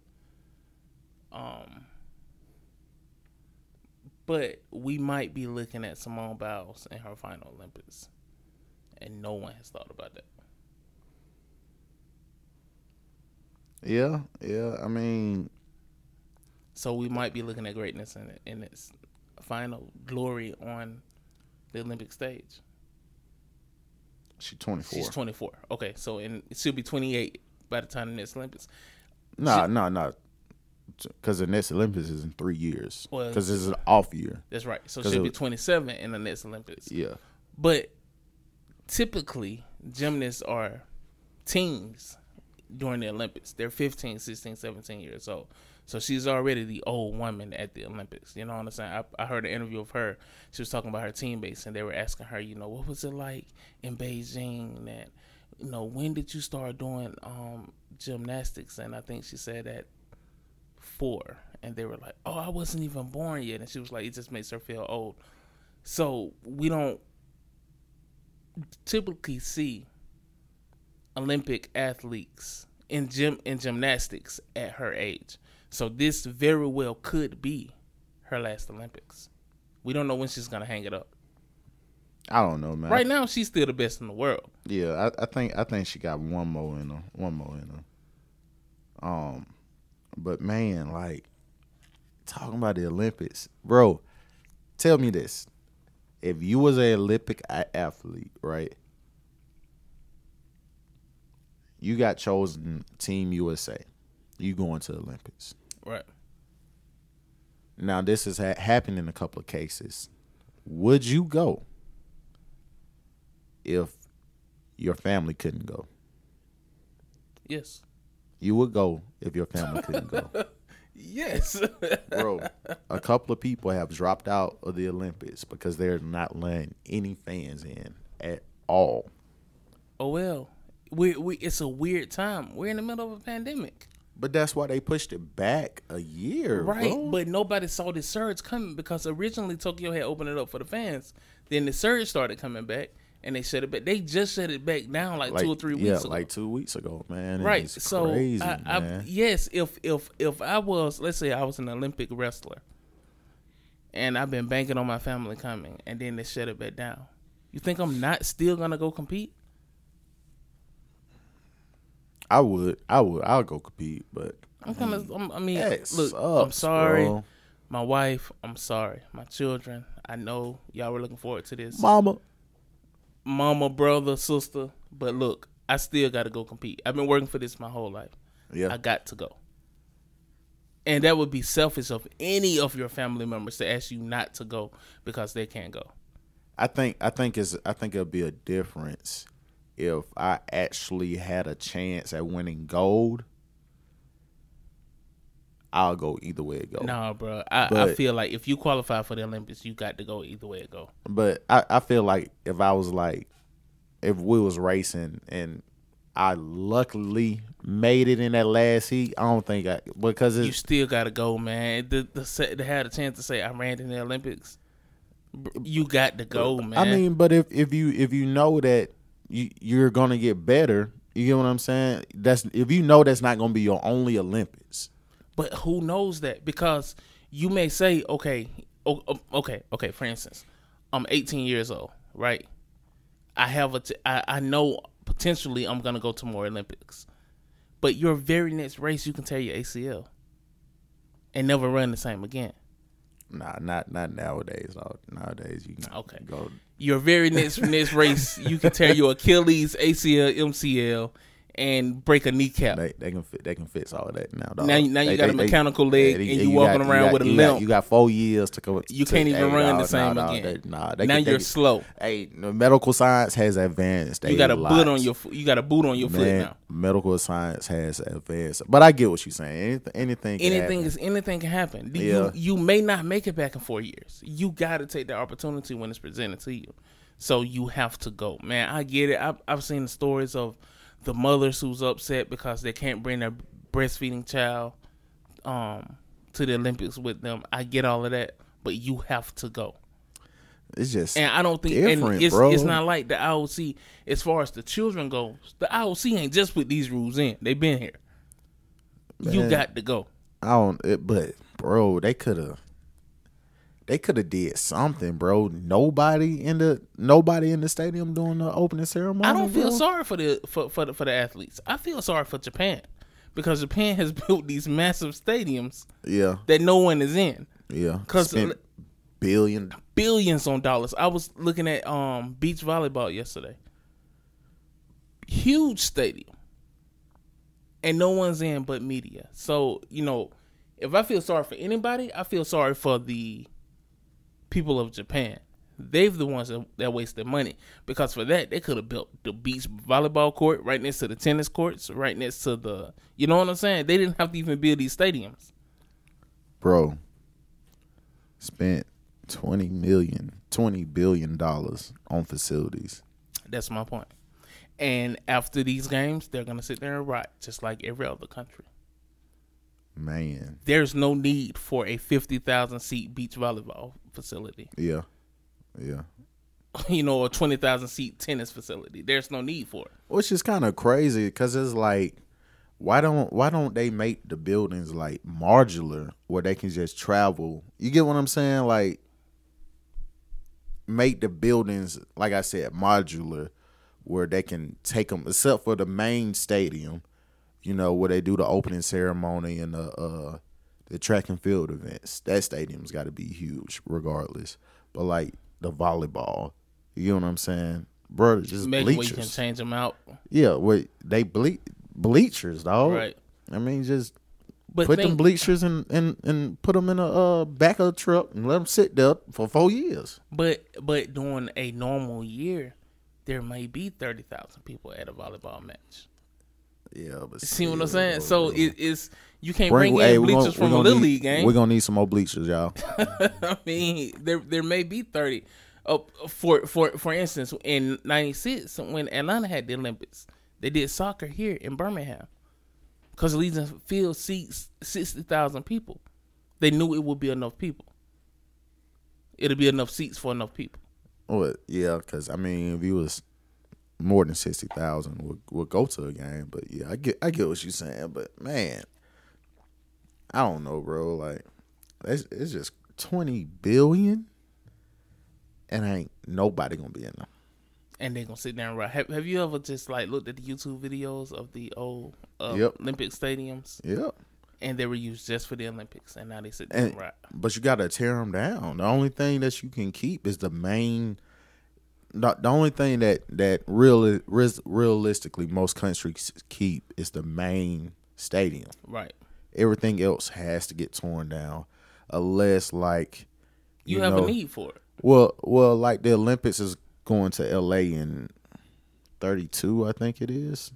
Speaker 3: Um, but we might be looking at Simone Biles in her final Olympics, and no one has thought about that.
Speaker 2: Yeah, yeah. I mean,
Speaker 3: So we might be looking at greatness in in its final glory on the Olympic stage.
Speaker 2: she twenty four.
Speaker 3: She's 24. Okay, so in she'll be 28 by the time the next Olympics.
Speaker 2: Nah, nah, nah. Because the next Olympics is in three years.
Speaker 3: Well-
Speaker 2: Because it's an off year.
Speaker 3: That's right. So
Speaker 2: 'Cause
Speaker 3: she'll
Speaker 2: it-
Speaker 3: be 27 in the next Olympics.
Speaker 2: Yeah.
Speaker 3: But typically, gymnasts are teens during the Olympics. They're 15, 16, 17 years old. So she's already the old woman at the Olympics. You know what I'm saying? I, I heard an interview of her. She was talking about her teammates, and they were asking her, you know, what was it like in Beijing? And, you know, when did you start doing um, gymnastics? And I think she said that four and they were like oh i wasn't even born yet and she was like it just makes her feel old so we don't typically see olympic athletes in gym in gymnastics at her age so this very well could be her last olympics we don't know when she's gonna hang it up
Speaker 2: I don't know, man.
Speaker 3: right now she's still the best in the world
Speaker 2: Yeah, I, I think I think she got one more in her. One more in her. Um, but man, like talking about the Olympics, bro. Tell me this: if you was an Olympic a- athlete, right? You got chosen Team USA. You going to the Olympics?
Speaker 3: Right.
Speaker 2: Now this has ha- happened in a couple of cases. Would you go if your family couldn't go?
Speaker 3: Yes.
Speaker 2: You would go if your family couldn't go.
Speaker 3: Yes.
Speaker 2: Bro, a couple of people have dropped out of the Olympics because they're not letting any fans in at all.
Speaker 3: (laughs) oh well. We we it's a weird time. We're in the middle of a pandemic.
Speaker 2: But that's why they pushed it back a year,
Speaker 3: Right,
Speaker 2: bro.
Speaker 3: but nobody saw the surge coming because originally Tokyo had opened it up for the fans. Then the surge started coming back, and they shut it back. They just shut it back down like,
Speaker 2: Like,
Speaker 3: two or three weeks
Speaker 2: yeah,
Speaker 3: ago.
Speaker 2: like two weeks ago, man. And
Speaker 3: right,
Speaker 2: it's
Speaker 3: so
Speaker 2: crazy,
Speaker 3: I, I,
Speaker 2: man.
Speaker 3: yes, if if if I was, let's say I was an Olympic wrestler, and I've been banking on my family coming, and then they shut it back down. You think I'm not still gonna go compete?
Speaker 2: I would, I would, I'll go compete, but
Speaker 3: I'm kind of. I'm, I mean,
Speaker 2: That
Speaker 3: look, I'm
Speaker 2: sucks,
Speaker 3: sorry,
Speaker 2: Mm-hmm. bro.
Speaker 3: my wife. I'm sorry, my children. I know y'all were looking forward to this,
Speaker 2: Mama,
Speaker 3: mama, brother, sister. But look, I still got to go compete. I've been working for this my whole life.
Speaker 2: yeah,
Speaker 3: I got to go. And that would be selfish of any of your family members to ask you not to go because they can't go.
Speaker 2: I think I think it's I think it'll be a difference if I actually had a chance at winning gold. I'll go either way it goes.
Speaker 3: Nah, bro. I, I
Speaker 2: Oh. But-
Speaker 3: feel like if you qualify for the Olympics, you got to go either way it go.
Speaker 2: But I, I feel like if I was like if we was racing and I luckily made it in that last heat, I don't think I because
Speaker 3: You
Speaker 2: it's
Speaker 3: still got to go, man. The, the, se- they had a chance to say I ran in the Olympics. Br- You got to go, man.
Speaker 2: I mean, but if, if you if you know that you you're gonna get better, you get what I'm saying? That's if you know that's not gonna be your only Olympics.
Speaker 3: But who knows that? Because you may say, okay, o- o- okay, okay. For instance, I'm 18 years old, right? I have a, t- I, I know potentially I'm gonna go to more Olympics, but your very next race you can tear your ACL and never run the same again.
Speaker 2: Nah, not not nowadays. All- Nowadays you can
Speaker 3: Okay.
Speaker 2: go
Speaker 3: Your
Speaker 2: (laughs)
Speaker 3: very next next race you can tear your Achilles, ACL, MCL, and break a kneecap.
Speaker 2: they, they can fit they can fix all that now. Dog.
Speaker 3: Now you- now you
Speaker 2: They-
Speaker 3: got a
Speaker 2: they- they-
Speaker 3: mechanical leg
Speaker 2: they-
Speaker 3: and you walking around
Speaker 2: got-
Speaker 3: with a
Speaker 2: you got-
Speaker 3: limp.
Speaker 2: you got four years to go.
Speaker 3: You
Speaker 2: to-
Speaker 3: can't even
Speaker 2: hey,
Speaker 3: run
Speaker 2: dog,
Speaker 3: the same
Speaker 2: nah, dog,
Speaker 3: again.
Speaker 2: they- nah, they
Speaker 3: now
Speaker 2: can- they
Speaker 3: you're
Speaker 2: can-
Speaker 3: slow.
Speaker 2: Hey, the medical science has advanced.
Speaker 3: You
Speaker 2: a
Speaker 3: got a
Speaker 2: lot.
Speaker 3: boot on your foot. You got a boot on your foot
Speaker 2: Man,
Speaker 3: now.
Speaker 2: Medical science has advanced, but I get what you're saying. Anything, anything, can
Speaker 3: Anything
Speaker 2: happen.
Speaker 3: is anything can happen.
Speaker 2: Yeah.
Speaker 3: You you may not make it back in four years. You got to take the opportunity when it's presented to you. So you have to go, man. I get it. I've, I've seen the stories of the mothers who's upset because they can't bring their breastfeeding child um, to the Olympics with them. I get all of that, but you have to go.
Speaker 2: It's just
Speaker 3: And I don't think
Speaker 2: Different,
Speaker 3: and it's,
Speaker 2: bro.
Speaker 3: it's not like the IOC as far as the children goes. The IOC ain't just put these rules in. They've been here. You
Speaker 2: Man.
Speaker 3: got to go.
Speaker 2: I don't. It, but bro, they could have. They could have did something, bro. Nobody in the nobody in the stadium doing the opening ceremony.
Speaker 3: I don't feel
Speaker 2: bro.
Speaker 3: sorry for the for for the, for the athletes. I feel sorry for Japan because Japan has (laughs) built these massive stadiums
Speaker 2: Yeah,
Speaker 3: that no one is in.
Speaker 2: yeah.
Speaker 3: 'Cause-
Speaker 2: Spent billion.
Speaker 3: Billions on dollars. I was looking at um beach volleyball yesterday. Huge stadium. And no one's in but media. So, you know, if I feel sorry for anybody, I feel sorry for the people of Japan. They've the ones that, that waste their money because for that they could have built the beach volleyball court right next to the tennis courts, right next to the. You know what I'm saying? They didn't have to even build these stadiums.
Speaker 2: bro. Spent twenty million, twenty billion dollars on facilities.
Speaker 3: That's my point. And after these games, they're gonna sit there and rot just like every other country.
Speaker 2: Man,
Speaker 3: There's no need for a fifty thousand seat beach volleyball facility, (laughs)
Speaker 2: yeah, yeah.
Speaker 3: you know, or twenty thousand seat tennis facility. There's no need for it.
Speaker 2: Which is kind of crazy because it's like, why don't why don't they make the buildings like modular where they can just travel? You get what I'm saying? Like, make the buildings like I said modular, where they can take them except for the main stadium, you know, where they do the opening ceremony and the uh, the the track and field events. That stadium's got to be huge, regardless. But like the volleyball, you know what I'm saying, brother? Just
Speaker 3: Maybe we can
Speaker 2: bleachers.
Speaker 3: change them out.
Speaker 2: Yeah, wait, they ble- bleachers, dog.
Speaker 3: Right.
Speaker 2: I mean, just
Speaker 3: But
Speaker 2: put them
Speaker 3: think-
Speaker 2: bleachers and and and put them in a uh, back of a truck and let them sit there for four years.
Speaker 3: But but during a normal year, there may be thirty thousand people at a volleyball match.
Speaker 2: Yeah, but
Speaker 3: See what
Speaker 2: still,
Speaker 3: I'm saying?
Speaker 2: bro,
Speaker 3: So
Speaker 2: bro.
Speaker 3: it, it's you can't
Speaker 2: Bring-
Speaker 3: bring,
Speaker 2: hey,
Speaker 3: in
Speaker 2: we gonna-
Speaker 3: bleachers
Speaker 2: we
Speaker 3: from a
Speaker 2: gonna
Speaker 3: little
Speaker 2: need-
Speaker 3: league game.
Speaker 2: We're gonna need some more bleachers, y'all.
Speaker 3: I mean, there there may be thirty. Uh, for for for instance, in '96, when Atlanta had the Olympics, they did soccer here in Birmingham because Legion Field seats sixty thousand people. They knew it would be enough people. It'll be enough seats for enough people.
Speaker 2: Well, yeah, because I mean, if you was more than sixty thousand, would would go to a game. But yeah, I get I get what you're saying. But man, I don't know, bro. Like, it's, it's just twenty billion, and ain't nobody gonna be in them.
Speaker 3: and they're gonna sit there and ride. Have, have you ever just like looked at the YouTube videos of the old uh,
Speaker 2: Yep.
Speaker 3: Olympic stadiums
Speaker 2: Yep.
Speaker 3: and they were used just for the Olympics, and now they sit there and,
Speaker 2: And,
Speaker 3: ride.
Speaker 2: but you gotta tear them down. The only thing that you can keep is the main. The, the only thing that that real, ris- realistically most countries keep is the main stadium.
Speaker 3: Right?
Speaker 2: everything else has to get torn down unless like
Speaker 3: You, have
Speaker 2: know-
Speaker 3: a need for it.
Speaker 2: well well like the olympics is going to la in 32 i think it is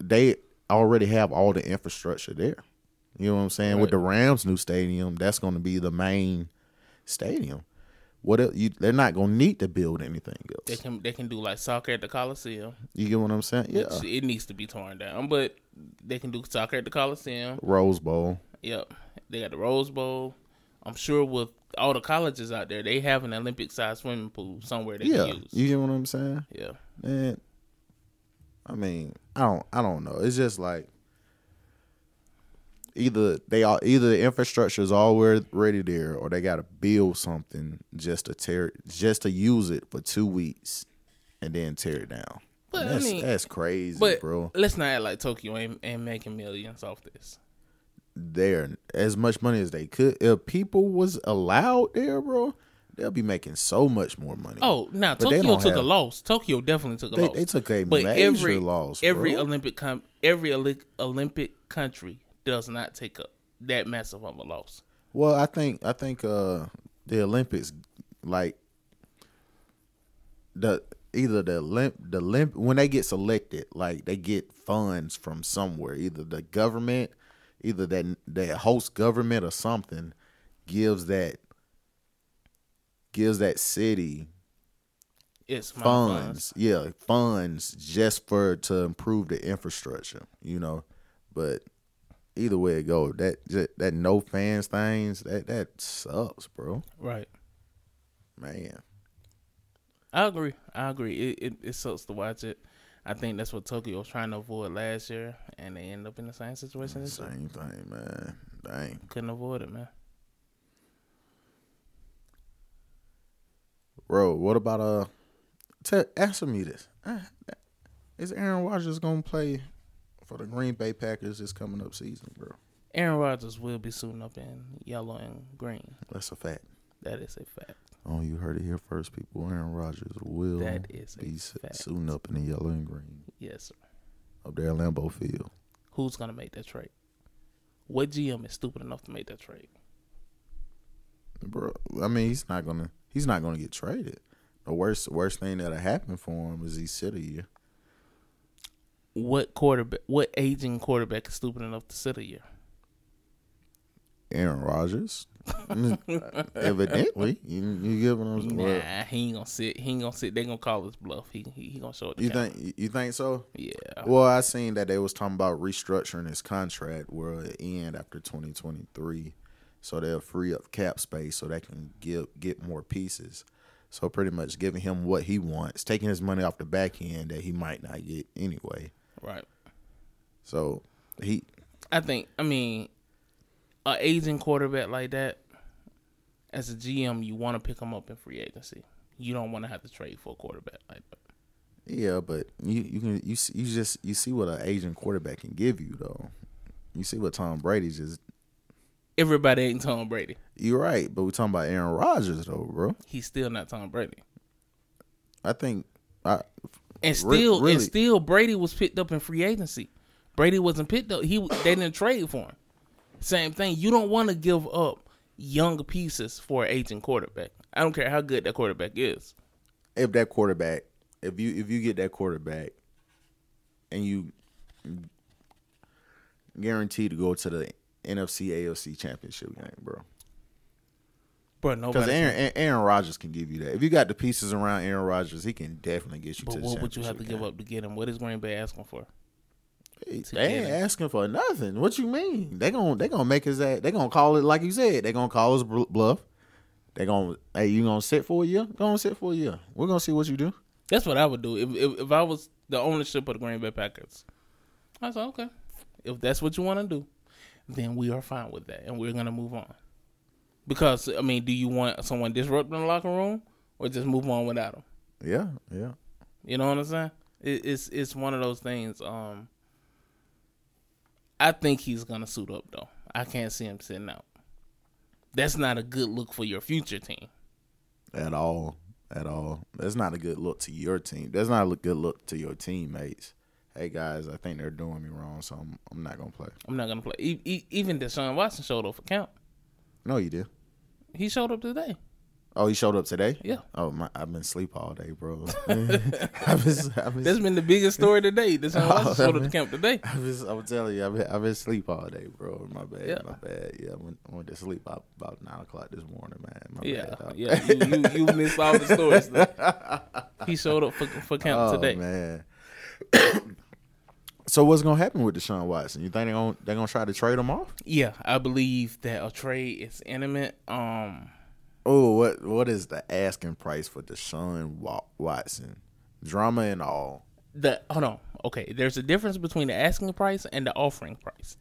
Speaker 2: they already have all the infrastructure there you know what i'm saying with
Speaker 3: Right.
Speaker 2: the rams new stadium that's going to be the main stadium what el you, they're not going to need to build anything
Speaker 3: They
Speaker 2: else
Speaker 3: can they can do like soccer at the Coliseum,
Speaker 2: you get what i'm saying yeah
Speaker 3: which it needs to be torn down, but they can do soccer at the Coliseum.
Speaker 2: rose bowl
Speaker 3: Yep, they got the Rose Bowl. I'm sure with all the colleges out there, they have an Olympic-sized swimming pool somewhere they
Speaker 2: yeah
Speaker 3: can use.
Speaker 2: you get what i'm saying
Speaker 3: yeah,
Speaker 2: Man, I mean, I don't, I don't know. It's just like either they are either the infrastructure is already there, or they got to build something just to tear, it- just to use it for two weeks and then tear it down.
Speaker 3: But, I
Speaker 2: that's
Speaker 3: mean,
Speaker 2: that's crazy,
Speaker 3: but
Speaker 2: bro.
Speaker 3: let's not act like Tokyo ain't, ain't making millions off this.
Speaker 2: There, as much money as they could. If people was allowed there, bro, they'll be making so much more money.
Speaker 3: Oh, now
Speaker 2: But they
Speaker 3: Tokyo
Speaker 2: don't
Speaker 3: took a
Speaker 2: have-
Speaker 3: loss. Tokyo definitely took a
Speaker 2: They-
Speaker 3: loss.
Speaker 2: they took a major loss,
Speaker 3: Every
Speaker 2: bro.
Speaker 3: Olympic com- every Oli- Olympic country does not take a that massive of a loss.
Speaker 2: Well, I think I think uh the Olympics like the either the Olymp the Olymp when they get selected, like they get funds from somewhere, either the government, either that that host government or something gives that gives that city
Speaker 3: It's my
Speaker 2: funds,
Speaker 3: funds.
Speaker 2: yeah, funds just for to improve the infrastructure, you know. But either way it go, that that, that no fans things that that sucks, bro.
Speaker 3: Right.
Speaker 2: Man,
Speaker 3: I agree. I agree. It, it it sucks to watch it. I think that's what Tokyo was trying to avoid last year, and they end up in the same situation. this year.
Speaker 2: same thing, man. Dang,
Speaker 3: Couldn't avoid it, man.
Speaker 2: bro. What about uh? Te- answer me this: Uh, Is Aaron Rodgers gonna play for the Green Bay Packers this coming up season, bro?
Speaker 3: Aaron Rodgers will be suiting up in yellow and green.
Speaker 2: That's a fact.
Speaker 3: That is a fact.
Speaker 2: Oh, you heard it here first, people. Aaron Rodgers will
Speaker 3: That is a
Speaker 2: be s-
Speaker 3: fact.
Speaker 2: soon up in the yellow and green
Speaker 3: Yes, sir.
Speaker 2: up there at Lambeau Field.
Speaker 3: Who's gonna make that trade? What GM is stupid enough to make that trade?
Speaker 2: bro. I mean, he's not gonna he's not gonna get traded. The worst worst thing that'll happen for him is he sit a year.
Speaker 3: What quarterback? What aging quarterback is stupid enough to sit a year?
Speaker 2: Aaron
Speaker 3: (laughs)
Speaker 2: Rodgers, evidently, you, you get what I'm saying. Well,
Speaker 3: Nah, he ain't gonna sit. He ain't gonna sit. They gonna call his bluff. He he, he gonna show it. To
Speaker 2: you think you think so?
Speaker 3: Yeah.
Speaker 2: Well, I seen that they was talking about restructuring his contract where it end after 2023, so they'll free up cap space so they can give get more pieces. So pretty much giving him what he wants, taking his money off the back end that he might not get anyway.
Speaker 3: Right.
Speaker 2: So he
Speaker 3: I think. I mean, a aging quarterback like that, as a GM, you want to pick him up in free agency. You don't want to have to trade for a quarterback like that.
Speaker 2: Yeah, but you you can you see- you just you see what an Asian quarterback can give you though. You see what Tom Brady just
Speaker 3: everybody ain't Tom Brady.
Speaker 2: You're right, but we're talking about Aaron Rodgers though, bro.
Speaker 3: He's still not Tom Brady.
Speaker 2: I think I Re-
Speaker 3: And still,
Speaker 2: really.
Speaker 3: and still, Brady was picked up in free agency. Brady wasn't picked up. He they didn't trade for him. Same thing. You don't want to give up young pieces for an aging quarterback. I don't care how good that quarterback is.
Speaker 2: if that quarterback, if you if you get that quarterback, and you guaranteed to go to the NFC AFC championship game, bro.
Speaker 3: Bro,
Speaker 2: Because
Speaker 3: nobody.
Speaker 2: Aaron Aaron- Aaron Rodgers can give you that. If you got the pieces around Aaron Rodgers, he can definitely get you
Speaker 3: but
Speaker 2: to the
Speaker 3: what would
Speaker 2: championship.
Speaker 3: you have to give up to get him? What is Green Bay asking for?
Speaker 2: They
Speaker 3: to
Speaker 2: ain't
Speaker 3: get him?
Speaker 2: asking for nothing. What you mean? They gonna they gonna make his ass. They gonna call it like you said. They gonna call us bl- bluff. They gonna hey you gonna sit for a year? Go on sit for a year. We're gonna see what you do.
Speaker 3: That's what I would do if if, if I was the ownership of the Green Bay Packers. I was like, okay, if that's what you want to do, then we are fine with that, and we're gonna move on. Because I mean, do you want someone disrupting the locker room, or just move on without them?
Speaker 2: Yeah, yeah.
Speaker 3: You know what I'm saying? It, it's it's one of those things. Um, I think he's gonna suit up though. I can't see him sitting out. That's not a good look for your future team.
Speaker 2: At all, at all. That's not a good look to your team. That's not a good look to your teammates. Hey guys, I think they're doing me wrong, so I'm I'm not gonna play.
Speaker 3: I'm not gonna play. E- e- even Deshaun Watson showed up for count.
Speaker 2: No, you did.
Speaker 3: He showed up today.
Speaker 2: Oh, you showed up today.
Speaker 3: Yeah.
Speaker 2: Oh my, I've been asleep all day, bro. (laughs) I've been, I've been
Speaker 3: That's been the biggest story today. This one
Speaker 2: (laughs) Oh,
Speaker 3: was showed up
Speaker 2: man.
Speaker 3: to camp today.
Speaker 2: I was, I was telling you, (laughs) I've been, I've been asleep all day, bro. My bad,
Speaker 3: Yeah.
Speaker 2: my bad. Yeah, I went, I went to sleep about, about nine o'clock this morning, man. My
Speaker 3: Yeah,
Speaker 2: bad, dog.
Speaker 3: yeah. You, you, you missed all the stories. though. he showed up for, for
Speaker 2: (laughs)
Speaker 3: camp
Speaker 2: oh
Speaker 3: today.
Speaker 2: man. (coughs) so what's gonna happen with Deshaun Watson? You think they're gonna they gonna try to trade him off?
Speaker 3: Yeah, I believe that a trade is intimate. Um,
Speaker 2: Oh, what what is the asking price for Deshaun Wa- Watson? Drama and all.
Speaker 3: the hold on. Okay, there's a difference between the asking price and the offering price.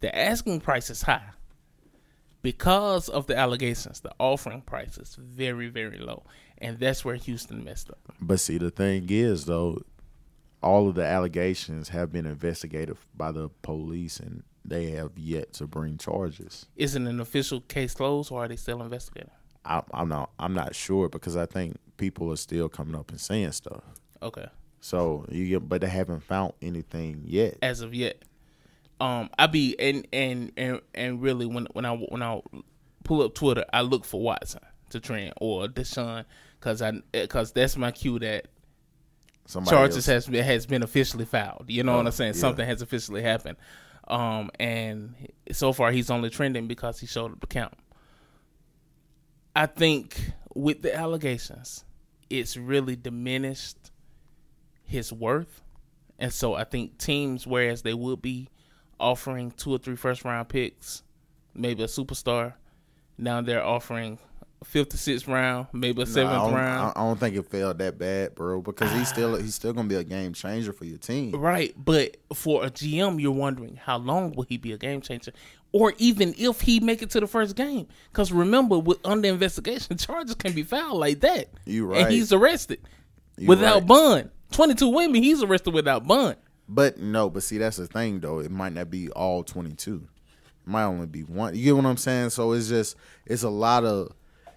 Speaker 3: The asking price is high because of the allegations. The offering price is very, very low, and that's where Houston messed up.
Speaker 2: But see, the thing is, though, all of the allegations have been investigated by the police, and they have yet to bring charges.
Speaker 3: Is it an official case closed, or are they still investigating?
Speaker 2: I, I'm not I'm not sure because I think people are still coming up and saying stuff.
Speaker 3: Okay.
Speaker 2: So you get, but they haven't found anything yet.
Speaker 3: as of yet. Um, I be and and and and really when when I when I pull up Twitter, I look for Watson to trend or Deshaun because I because that's my cue that
Speaker 2: Somebody
Speaker 3: charges
Speaker 2: else- Oh,
Speaker 3: has been has been officially filed. You know what I'm saying?
Speaker 2: yeah.
Speaker 3: Something has officially happened. Um, and so far he's only trending because he showed up to count. I think with the allegations, it's really diminished his worth. And so I think teams, whereas they would be offering two or three first round picks, maybe a superstar, now they're offering fifth to sixth round, maybe a
Speaker 2: Nah,
Speaker 3: seventh
Speaker 2: I don't,
Speaker 3: round.
Speaker 2: I I don't think it failed that bad, bro. Because he's still he's still gonna be a game changer for your team.
Speaker 3: Right, but for a GM, you're wondering how long will he be a game changer, or even if he make it to the first game. Because remember, with under investigation, (laughs) charges can be filed like that.
Speaker 2: You right.
Speaker 3: and he's arrested
Speaker 2: You
Speaker 3: without
Speaker 2: right.
Speaker 3: bond. Twenty two women, he's arrested without bond.
Speaker 2: But no, but see that's the thing though. It might not be all twenty two. It might only be one. You get what I'm saying? So it's just it's a lot of,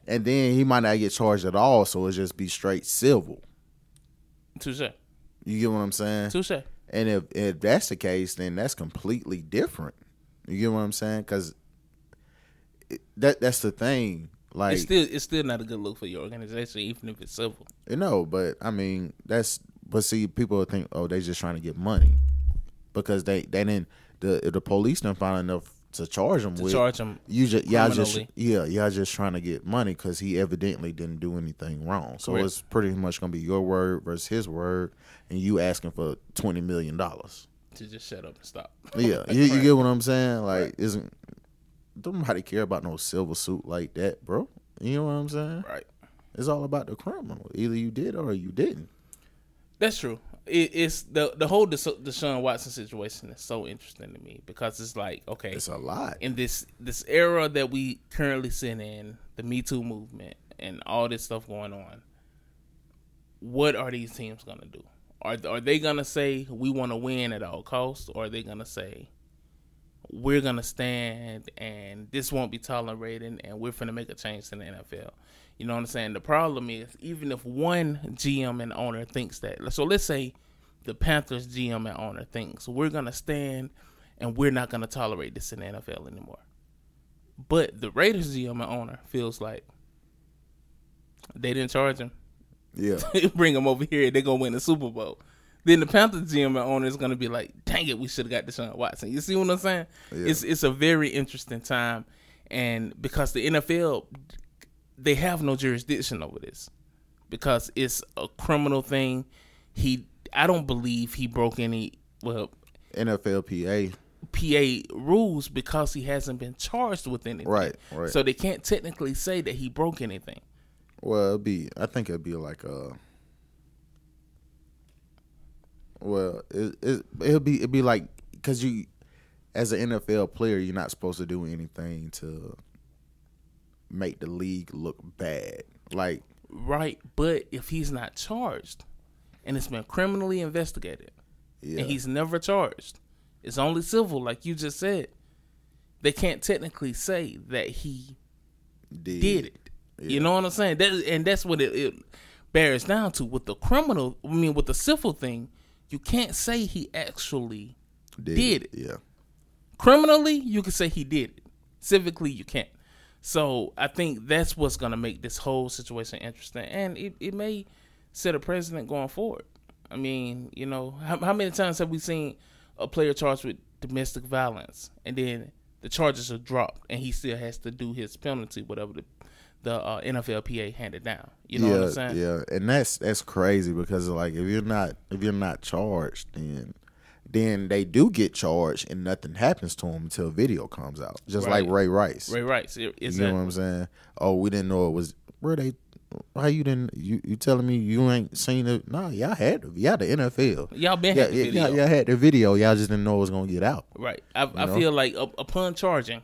Speaker 2: and then he might not get charged at all. So it just be straight civil.
Speaker 3: Touche,
Speaker 2: You get what I'm saying?
Speaker 3: touche.
Speaker 2: And if if that's the case, then that's completely different. You get what I'm saying? Because that that's the thing. Like
Speaker 3: It's still it's still not a good look for your organization, even if it's civil.
Speaker 2: you know, but I mean that's but see people think oh they just trying to get money because they they didn't the the police didn't find enough to charge him with.
Speaker 3: Charge him.
Speaker 2: you just y'all just
Speaker 3: criminally.
Speaker 2: yeah y'all just trying to get money because he evidently didn't do anything wrong. So
Speaker 3: Correct.
Speaker 2: it's pretty much gonna be your word versus his word, and you asking for twenty million dollars.
Speaker 3: To just shut up and stop. (laughs)
Speaker 2: Yeah, you, you get what I'm saying. Like, isn't don't nobody care about no silver suit like that, bro? You know what I'm saying?
Speaker 3: Right.
Speaker 2: It's all about the criminal. Either you did or you didn't.
Speaker 3: That's true. It, it's the the whole Desha- Deshaun Watson situation is so interesting to me because it's like okay,
Speaker 2: It's a lot.
Speaker 3: in this this era that we currently sit in, the Me Too movement and all this stuff going on, what are these teams gonna do? Are are they gonna say we want to win at all costs, or are they gonna say we're gonna stand and this won't be tolerated and we're gonna make a change in the NFL. You know what I'm saying? The problem is even if one GM and owner thinks that so let's say the Panthers GM and owner thinks we're gonna stand and we're not gonna tolerate this in the NFL anymore. But the Raiders GM and owner feels like they didn't charge him.
Speaker 2: Yeah.
Speaker 3: Bring him over here, they're gonna win the Super Bowl. Then the Panthers GM and owner is gonna be like, dang it, we should have got Deshaun Watson. You see what I'm saying? It's it's a very interesting time and because the NFL they have no jurisdiction over this because it's a criminal thing. He, I don't believe he broke any well (laughs)
Speaker 2: NFLPA.
Speaker 3: PA rules because he hasn't been charged with anything.
Speaker 2: Right, right.
Speaker 3: So they can't technically say that he broke anything.
Speaker 2: Well, it'd be. I think it'd be like uh, a. Well, it it it'll be it'd be like because you, as an NFL player, you're not supposed to do anything to make the league look bad. Like
Speaker 3: Right, but if he's not charged and it's been criminally investigated
Speaker 2: yeah,
Speaker 3: and he's never charged, it's only civil, like you just said. They can't technically say that he
Speaker 2: did,
Speaker 3: did it. You know what I'm saying? That and that's what it, it bears down to with the criminal. I mean, with the civil thing, you can't say he actually did it.
Speaker 2: Yeah,
Speaker 3: criminally. You can say he did it. Civically, you can't. So I think that's what's gonna make this whole situation interesting, and it, it may set a precedent going forward. I mean, you know, how, how many times have we seen a player charged with domestic violence, and then the charges are dropped, and he still has to do his penalty, whatever the the uh, NFLPA handed down. You know
Speaker 2: yeah,
Speaker 3: what I'm saying?
Speaker 2: yeah. And that's that's crazy because like if you're not if you're not charged, then then they do get charged and nothing happens to them until video comes out. Just like
Speaker 3: Right.
Speaker 2: Ray Rice.
Speaker 3: Ray Rice. It, it's
Speaker 2: You know
Speaker 3: a-
Speaker 2: what I'm saying? Oh, we didn't know it was where they. How you didn't? You you telling me you ain't seen it? Nah, y'all had the y'all the NFL.
Speaker 3: Y'all been
Speaker 2: yeah,
Speaker 3: had the
Speaker 2: yeah,
Speaker 3: video.
Speaker 2: Y'all, y'all had the video. Y'all just didn't know it was gonna get out.
Speaker 3: right. I, I
Speaker 2: know?
Speaker 3: feel like up, upon charging,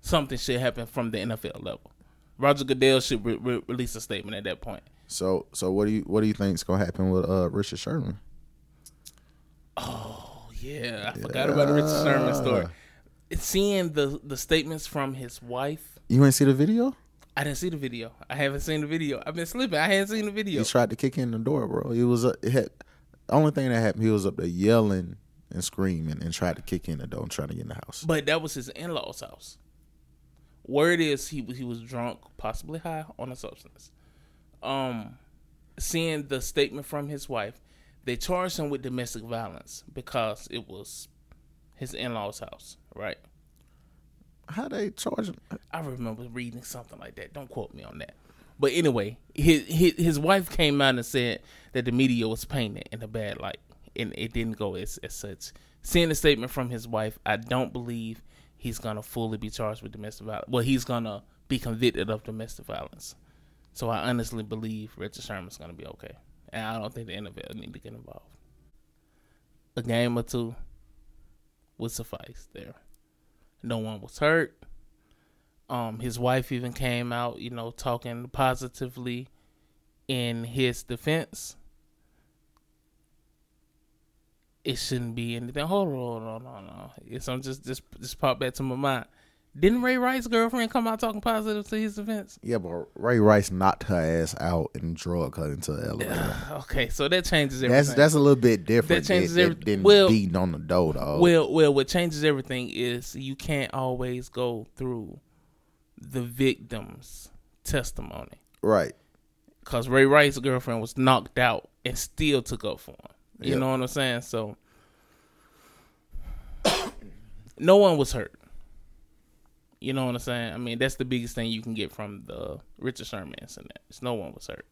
Speaker 3: something should happen from the NFL level. Roger Goodell should re- re- release a statement at that point.
Speaker 2: So so what do you what do you think's gonna happen with uh Richard Sherman?
Speaker 3: Oh yeah, I forgot about the Richard Sherman story. Seeing the the statements from his wife,
Speaker 2: You ain't see the video?
Speaker 3: I didn't see the video. I haven't seen the video. I've been sleeping. I hadn't seen the video.
Speaker 2: He tried to kick in the door, bro. He was up. It had, the only thing that happened, he was up there yelling and screaming and tried to kick in the door and trying to get in the house.
Speaker 3: But that was his in law's house. Word is he he was drunk, possibly high on a substance. Um, seeing the statement from his wife, they charged him with domestic violence because it was his in law's house, right?
Speaker 2: How they charging?
Speaker 3: I remember reading something like that. Don't quote me on that. But anyway, his his, his wife came out and said that the media was painted in a bad light, and it didn't go as as such. Seeing the statement from his wife, I don't believe he's gonna fully be charged with domestic violence. Well, he's gonna be convicted of domestic violence. So I honestly believe Richard Sherman's gonna be okay, and I don't think the NFL need to get involved. A game or two would suffice there. No one was hurt. Um, his wife even came out, you know, talking positively in his defense. It shouldn't be anything. Hold on, hold on, hold on. It's I'm just just just popped back to my mind. Didn't Ray Wright's girlfriend come out talking positive to
Speaker 2: (sighs)
Speaker 3: his defense?
Speaker 2: Yeah, but Ray Rice knocked her ass out and drug her into the elevator.
Speaker 3: Okay, so that changes everything.
Speaker 2: That's that's a little bit different.
Speaker 3: That changes
Speaker 2: than-
Speaker 3: everything.
Speaker 2: than
Speaker 3: Well-
Speaker 2: beating on the door, dog.
Speaker 3: Well, well, what changes everything is you can't always go through the victim's testimony.
Speaker 2: right.
Speaker 3: because Ray Rice's girlfriend was knocked out and still took up for him. You
Speaker 2: Yeah.
Speaker 3: know what I'm saying? So no one was hurt. You know what I'm saying? I mean, that's the biggest thing you can get from the Richard Sherman incident. Is no one was hurt,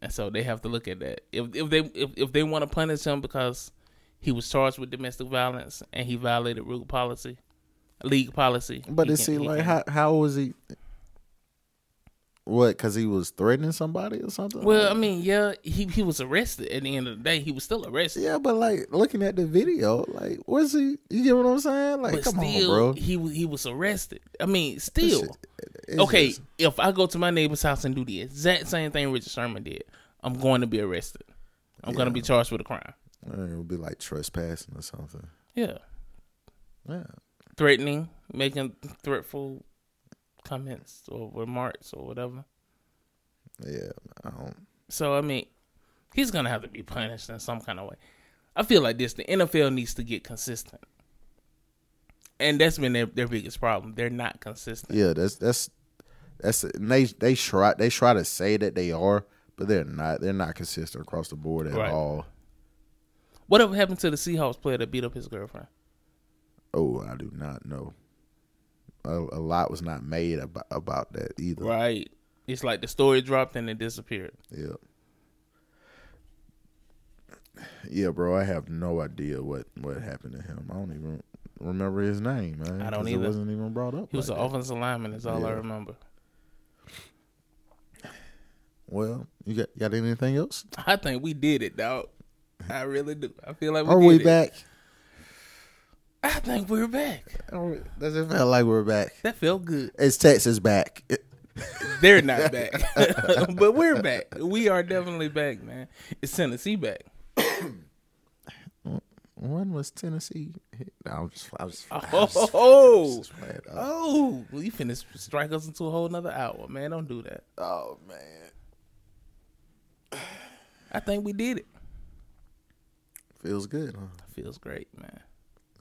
Speaker 3: and so they have to look at that. If if they if, if they want to punish him because he was charged with domestic violence and he violated rule policy, league policy.
Speaker 2: But
Speaker 3: he
Speaker 2: it
Speaker 3: can-
Speaker 2: seemed
Speaker 3: he
Speaker 2: like
Speaker 3: can-
Speaker 2: how how was he? What? Because he was threatening somebody or something?
Speaker 3: Well, I mean, yeah, he he was arrested. At the end of the day, he was still arrested.
Speaker 2: yeah, but like looking at the video, like what's he? You get what I'm saying? Like,
Speaker 3: but
Speaker 2: come
Speaker 3: still,
Speaker 2: on, bro.
Speaker 3: he wa- he was arrested. I mean, still,
Speaker 2: It's
Speaker 3: okay.
Speaker 2: just-
Speaker 3: If I go to my neighbor's house and do the exact same thing Richard Sherman did, I'm going to be arrested. I'm going to be charged with a crime.
Speaker 2: Uh, It would be like trespassing or something.
Speaker 3: Yeah,
Speaker 2: Yeah.
Speaker 3: threatening, making threatful comments or remarks or whatever.
Speaker 2: Yeah. I don't.
Speaker 3: So I mean, he's gonna have to be punished in some kind of way. I feel like this: the NFL needs to get consistent, and that's been their, their biggest problem. They're not consistent.
Speaker 2: Yeah. That's that's that's and they they try they try to say that they are, but they're not. They're not consistent across the board at
Speaker 3: Right.
Speaker 2: all.
Speaker 3: Whatever happened to the Seahawks player that beat up his girlfriend?
Speaker 2: Oh, I do not know. A, a lot was not made about, about that either.
Speaker 3: Right. It's like the story dropped and it disappeared.
Speaker 2: Yeah. Yeah, bro. I have no idea what what happened to him. I don't even remember his name, man.
Speaker 3: I don't
Speaker 2: 'cause
Speaker 3: either.
Speaker 2: It wasn't even brought up.
Speaker 3: He was
Speaker 2: like
Speaker 3: an
Speaker 2: that.
Speaker 3: offensive lineman. Is all I
Speaker 2: Yeah.
Speaker 3: remember.
Speaker 2: Well, you got got anything else?
Speaker 3: I think we did it, dog. I really do. I feel like we
Speaker 2: Are
Speaker 3: did
Speaker 2: we
Speaker 3: it.
Speaker 2: back?
Speaker 3: I think we're back.
Speaker 2: Are we- Does it feel like we're back?
Speaker 3: That felt good.
Speaker 2: Is Texas back?
Speaker 3: They're not
Speaker 2: (laughs)
Speaker 3: back, (laughs) but we're back. We are definitely back, man. It's Tennessee back.
Speaker 2: When was Tennessee? hit? No, I'm just, I was, I was, I was
Speaker 3: (laughs) Oh,
Speaker 2: just playing. Uh,
Speaker 3: oh, well, you finna strike us into a whole nother hour, man. Don't do that.
Speaker 2: oh man,
Speaker 3: I think we did it.
Speaker 2: feels good. Huh?
Speaker 3: Feels great, man.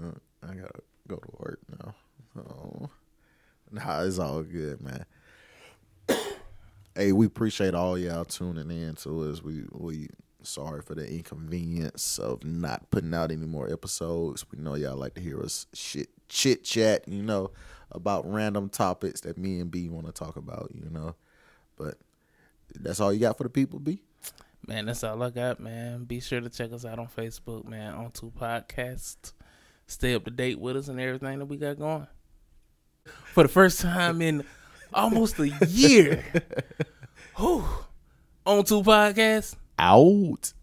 Speaker 2: Uh, I gotta go to work now. Oh, nah, it's all good, man. (coughs) hey, we appreciate all y'all tuning in to us. We we sorry for the inconvenience of not putting out any more episodes. We know y'all like to hear us shit chit chat, you know, about random topics that me and B want to talk about, you know. But that's all you got for the people, B.
Speaker 3: Man, that's all I got, man. Be sure to check us out on Facebook, man, on Two Podcast. Stay up to date with us and everything that we got going. For the first time in almost a year, whew, on Two Podcast.
Speaker 2: Out.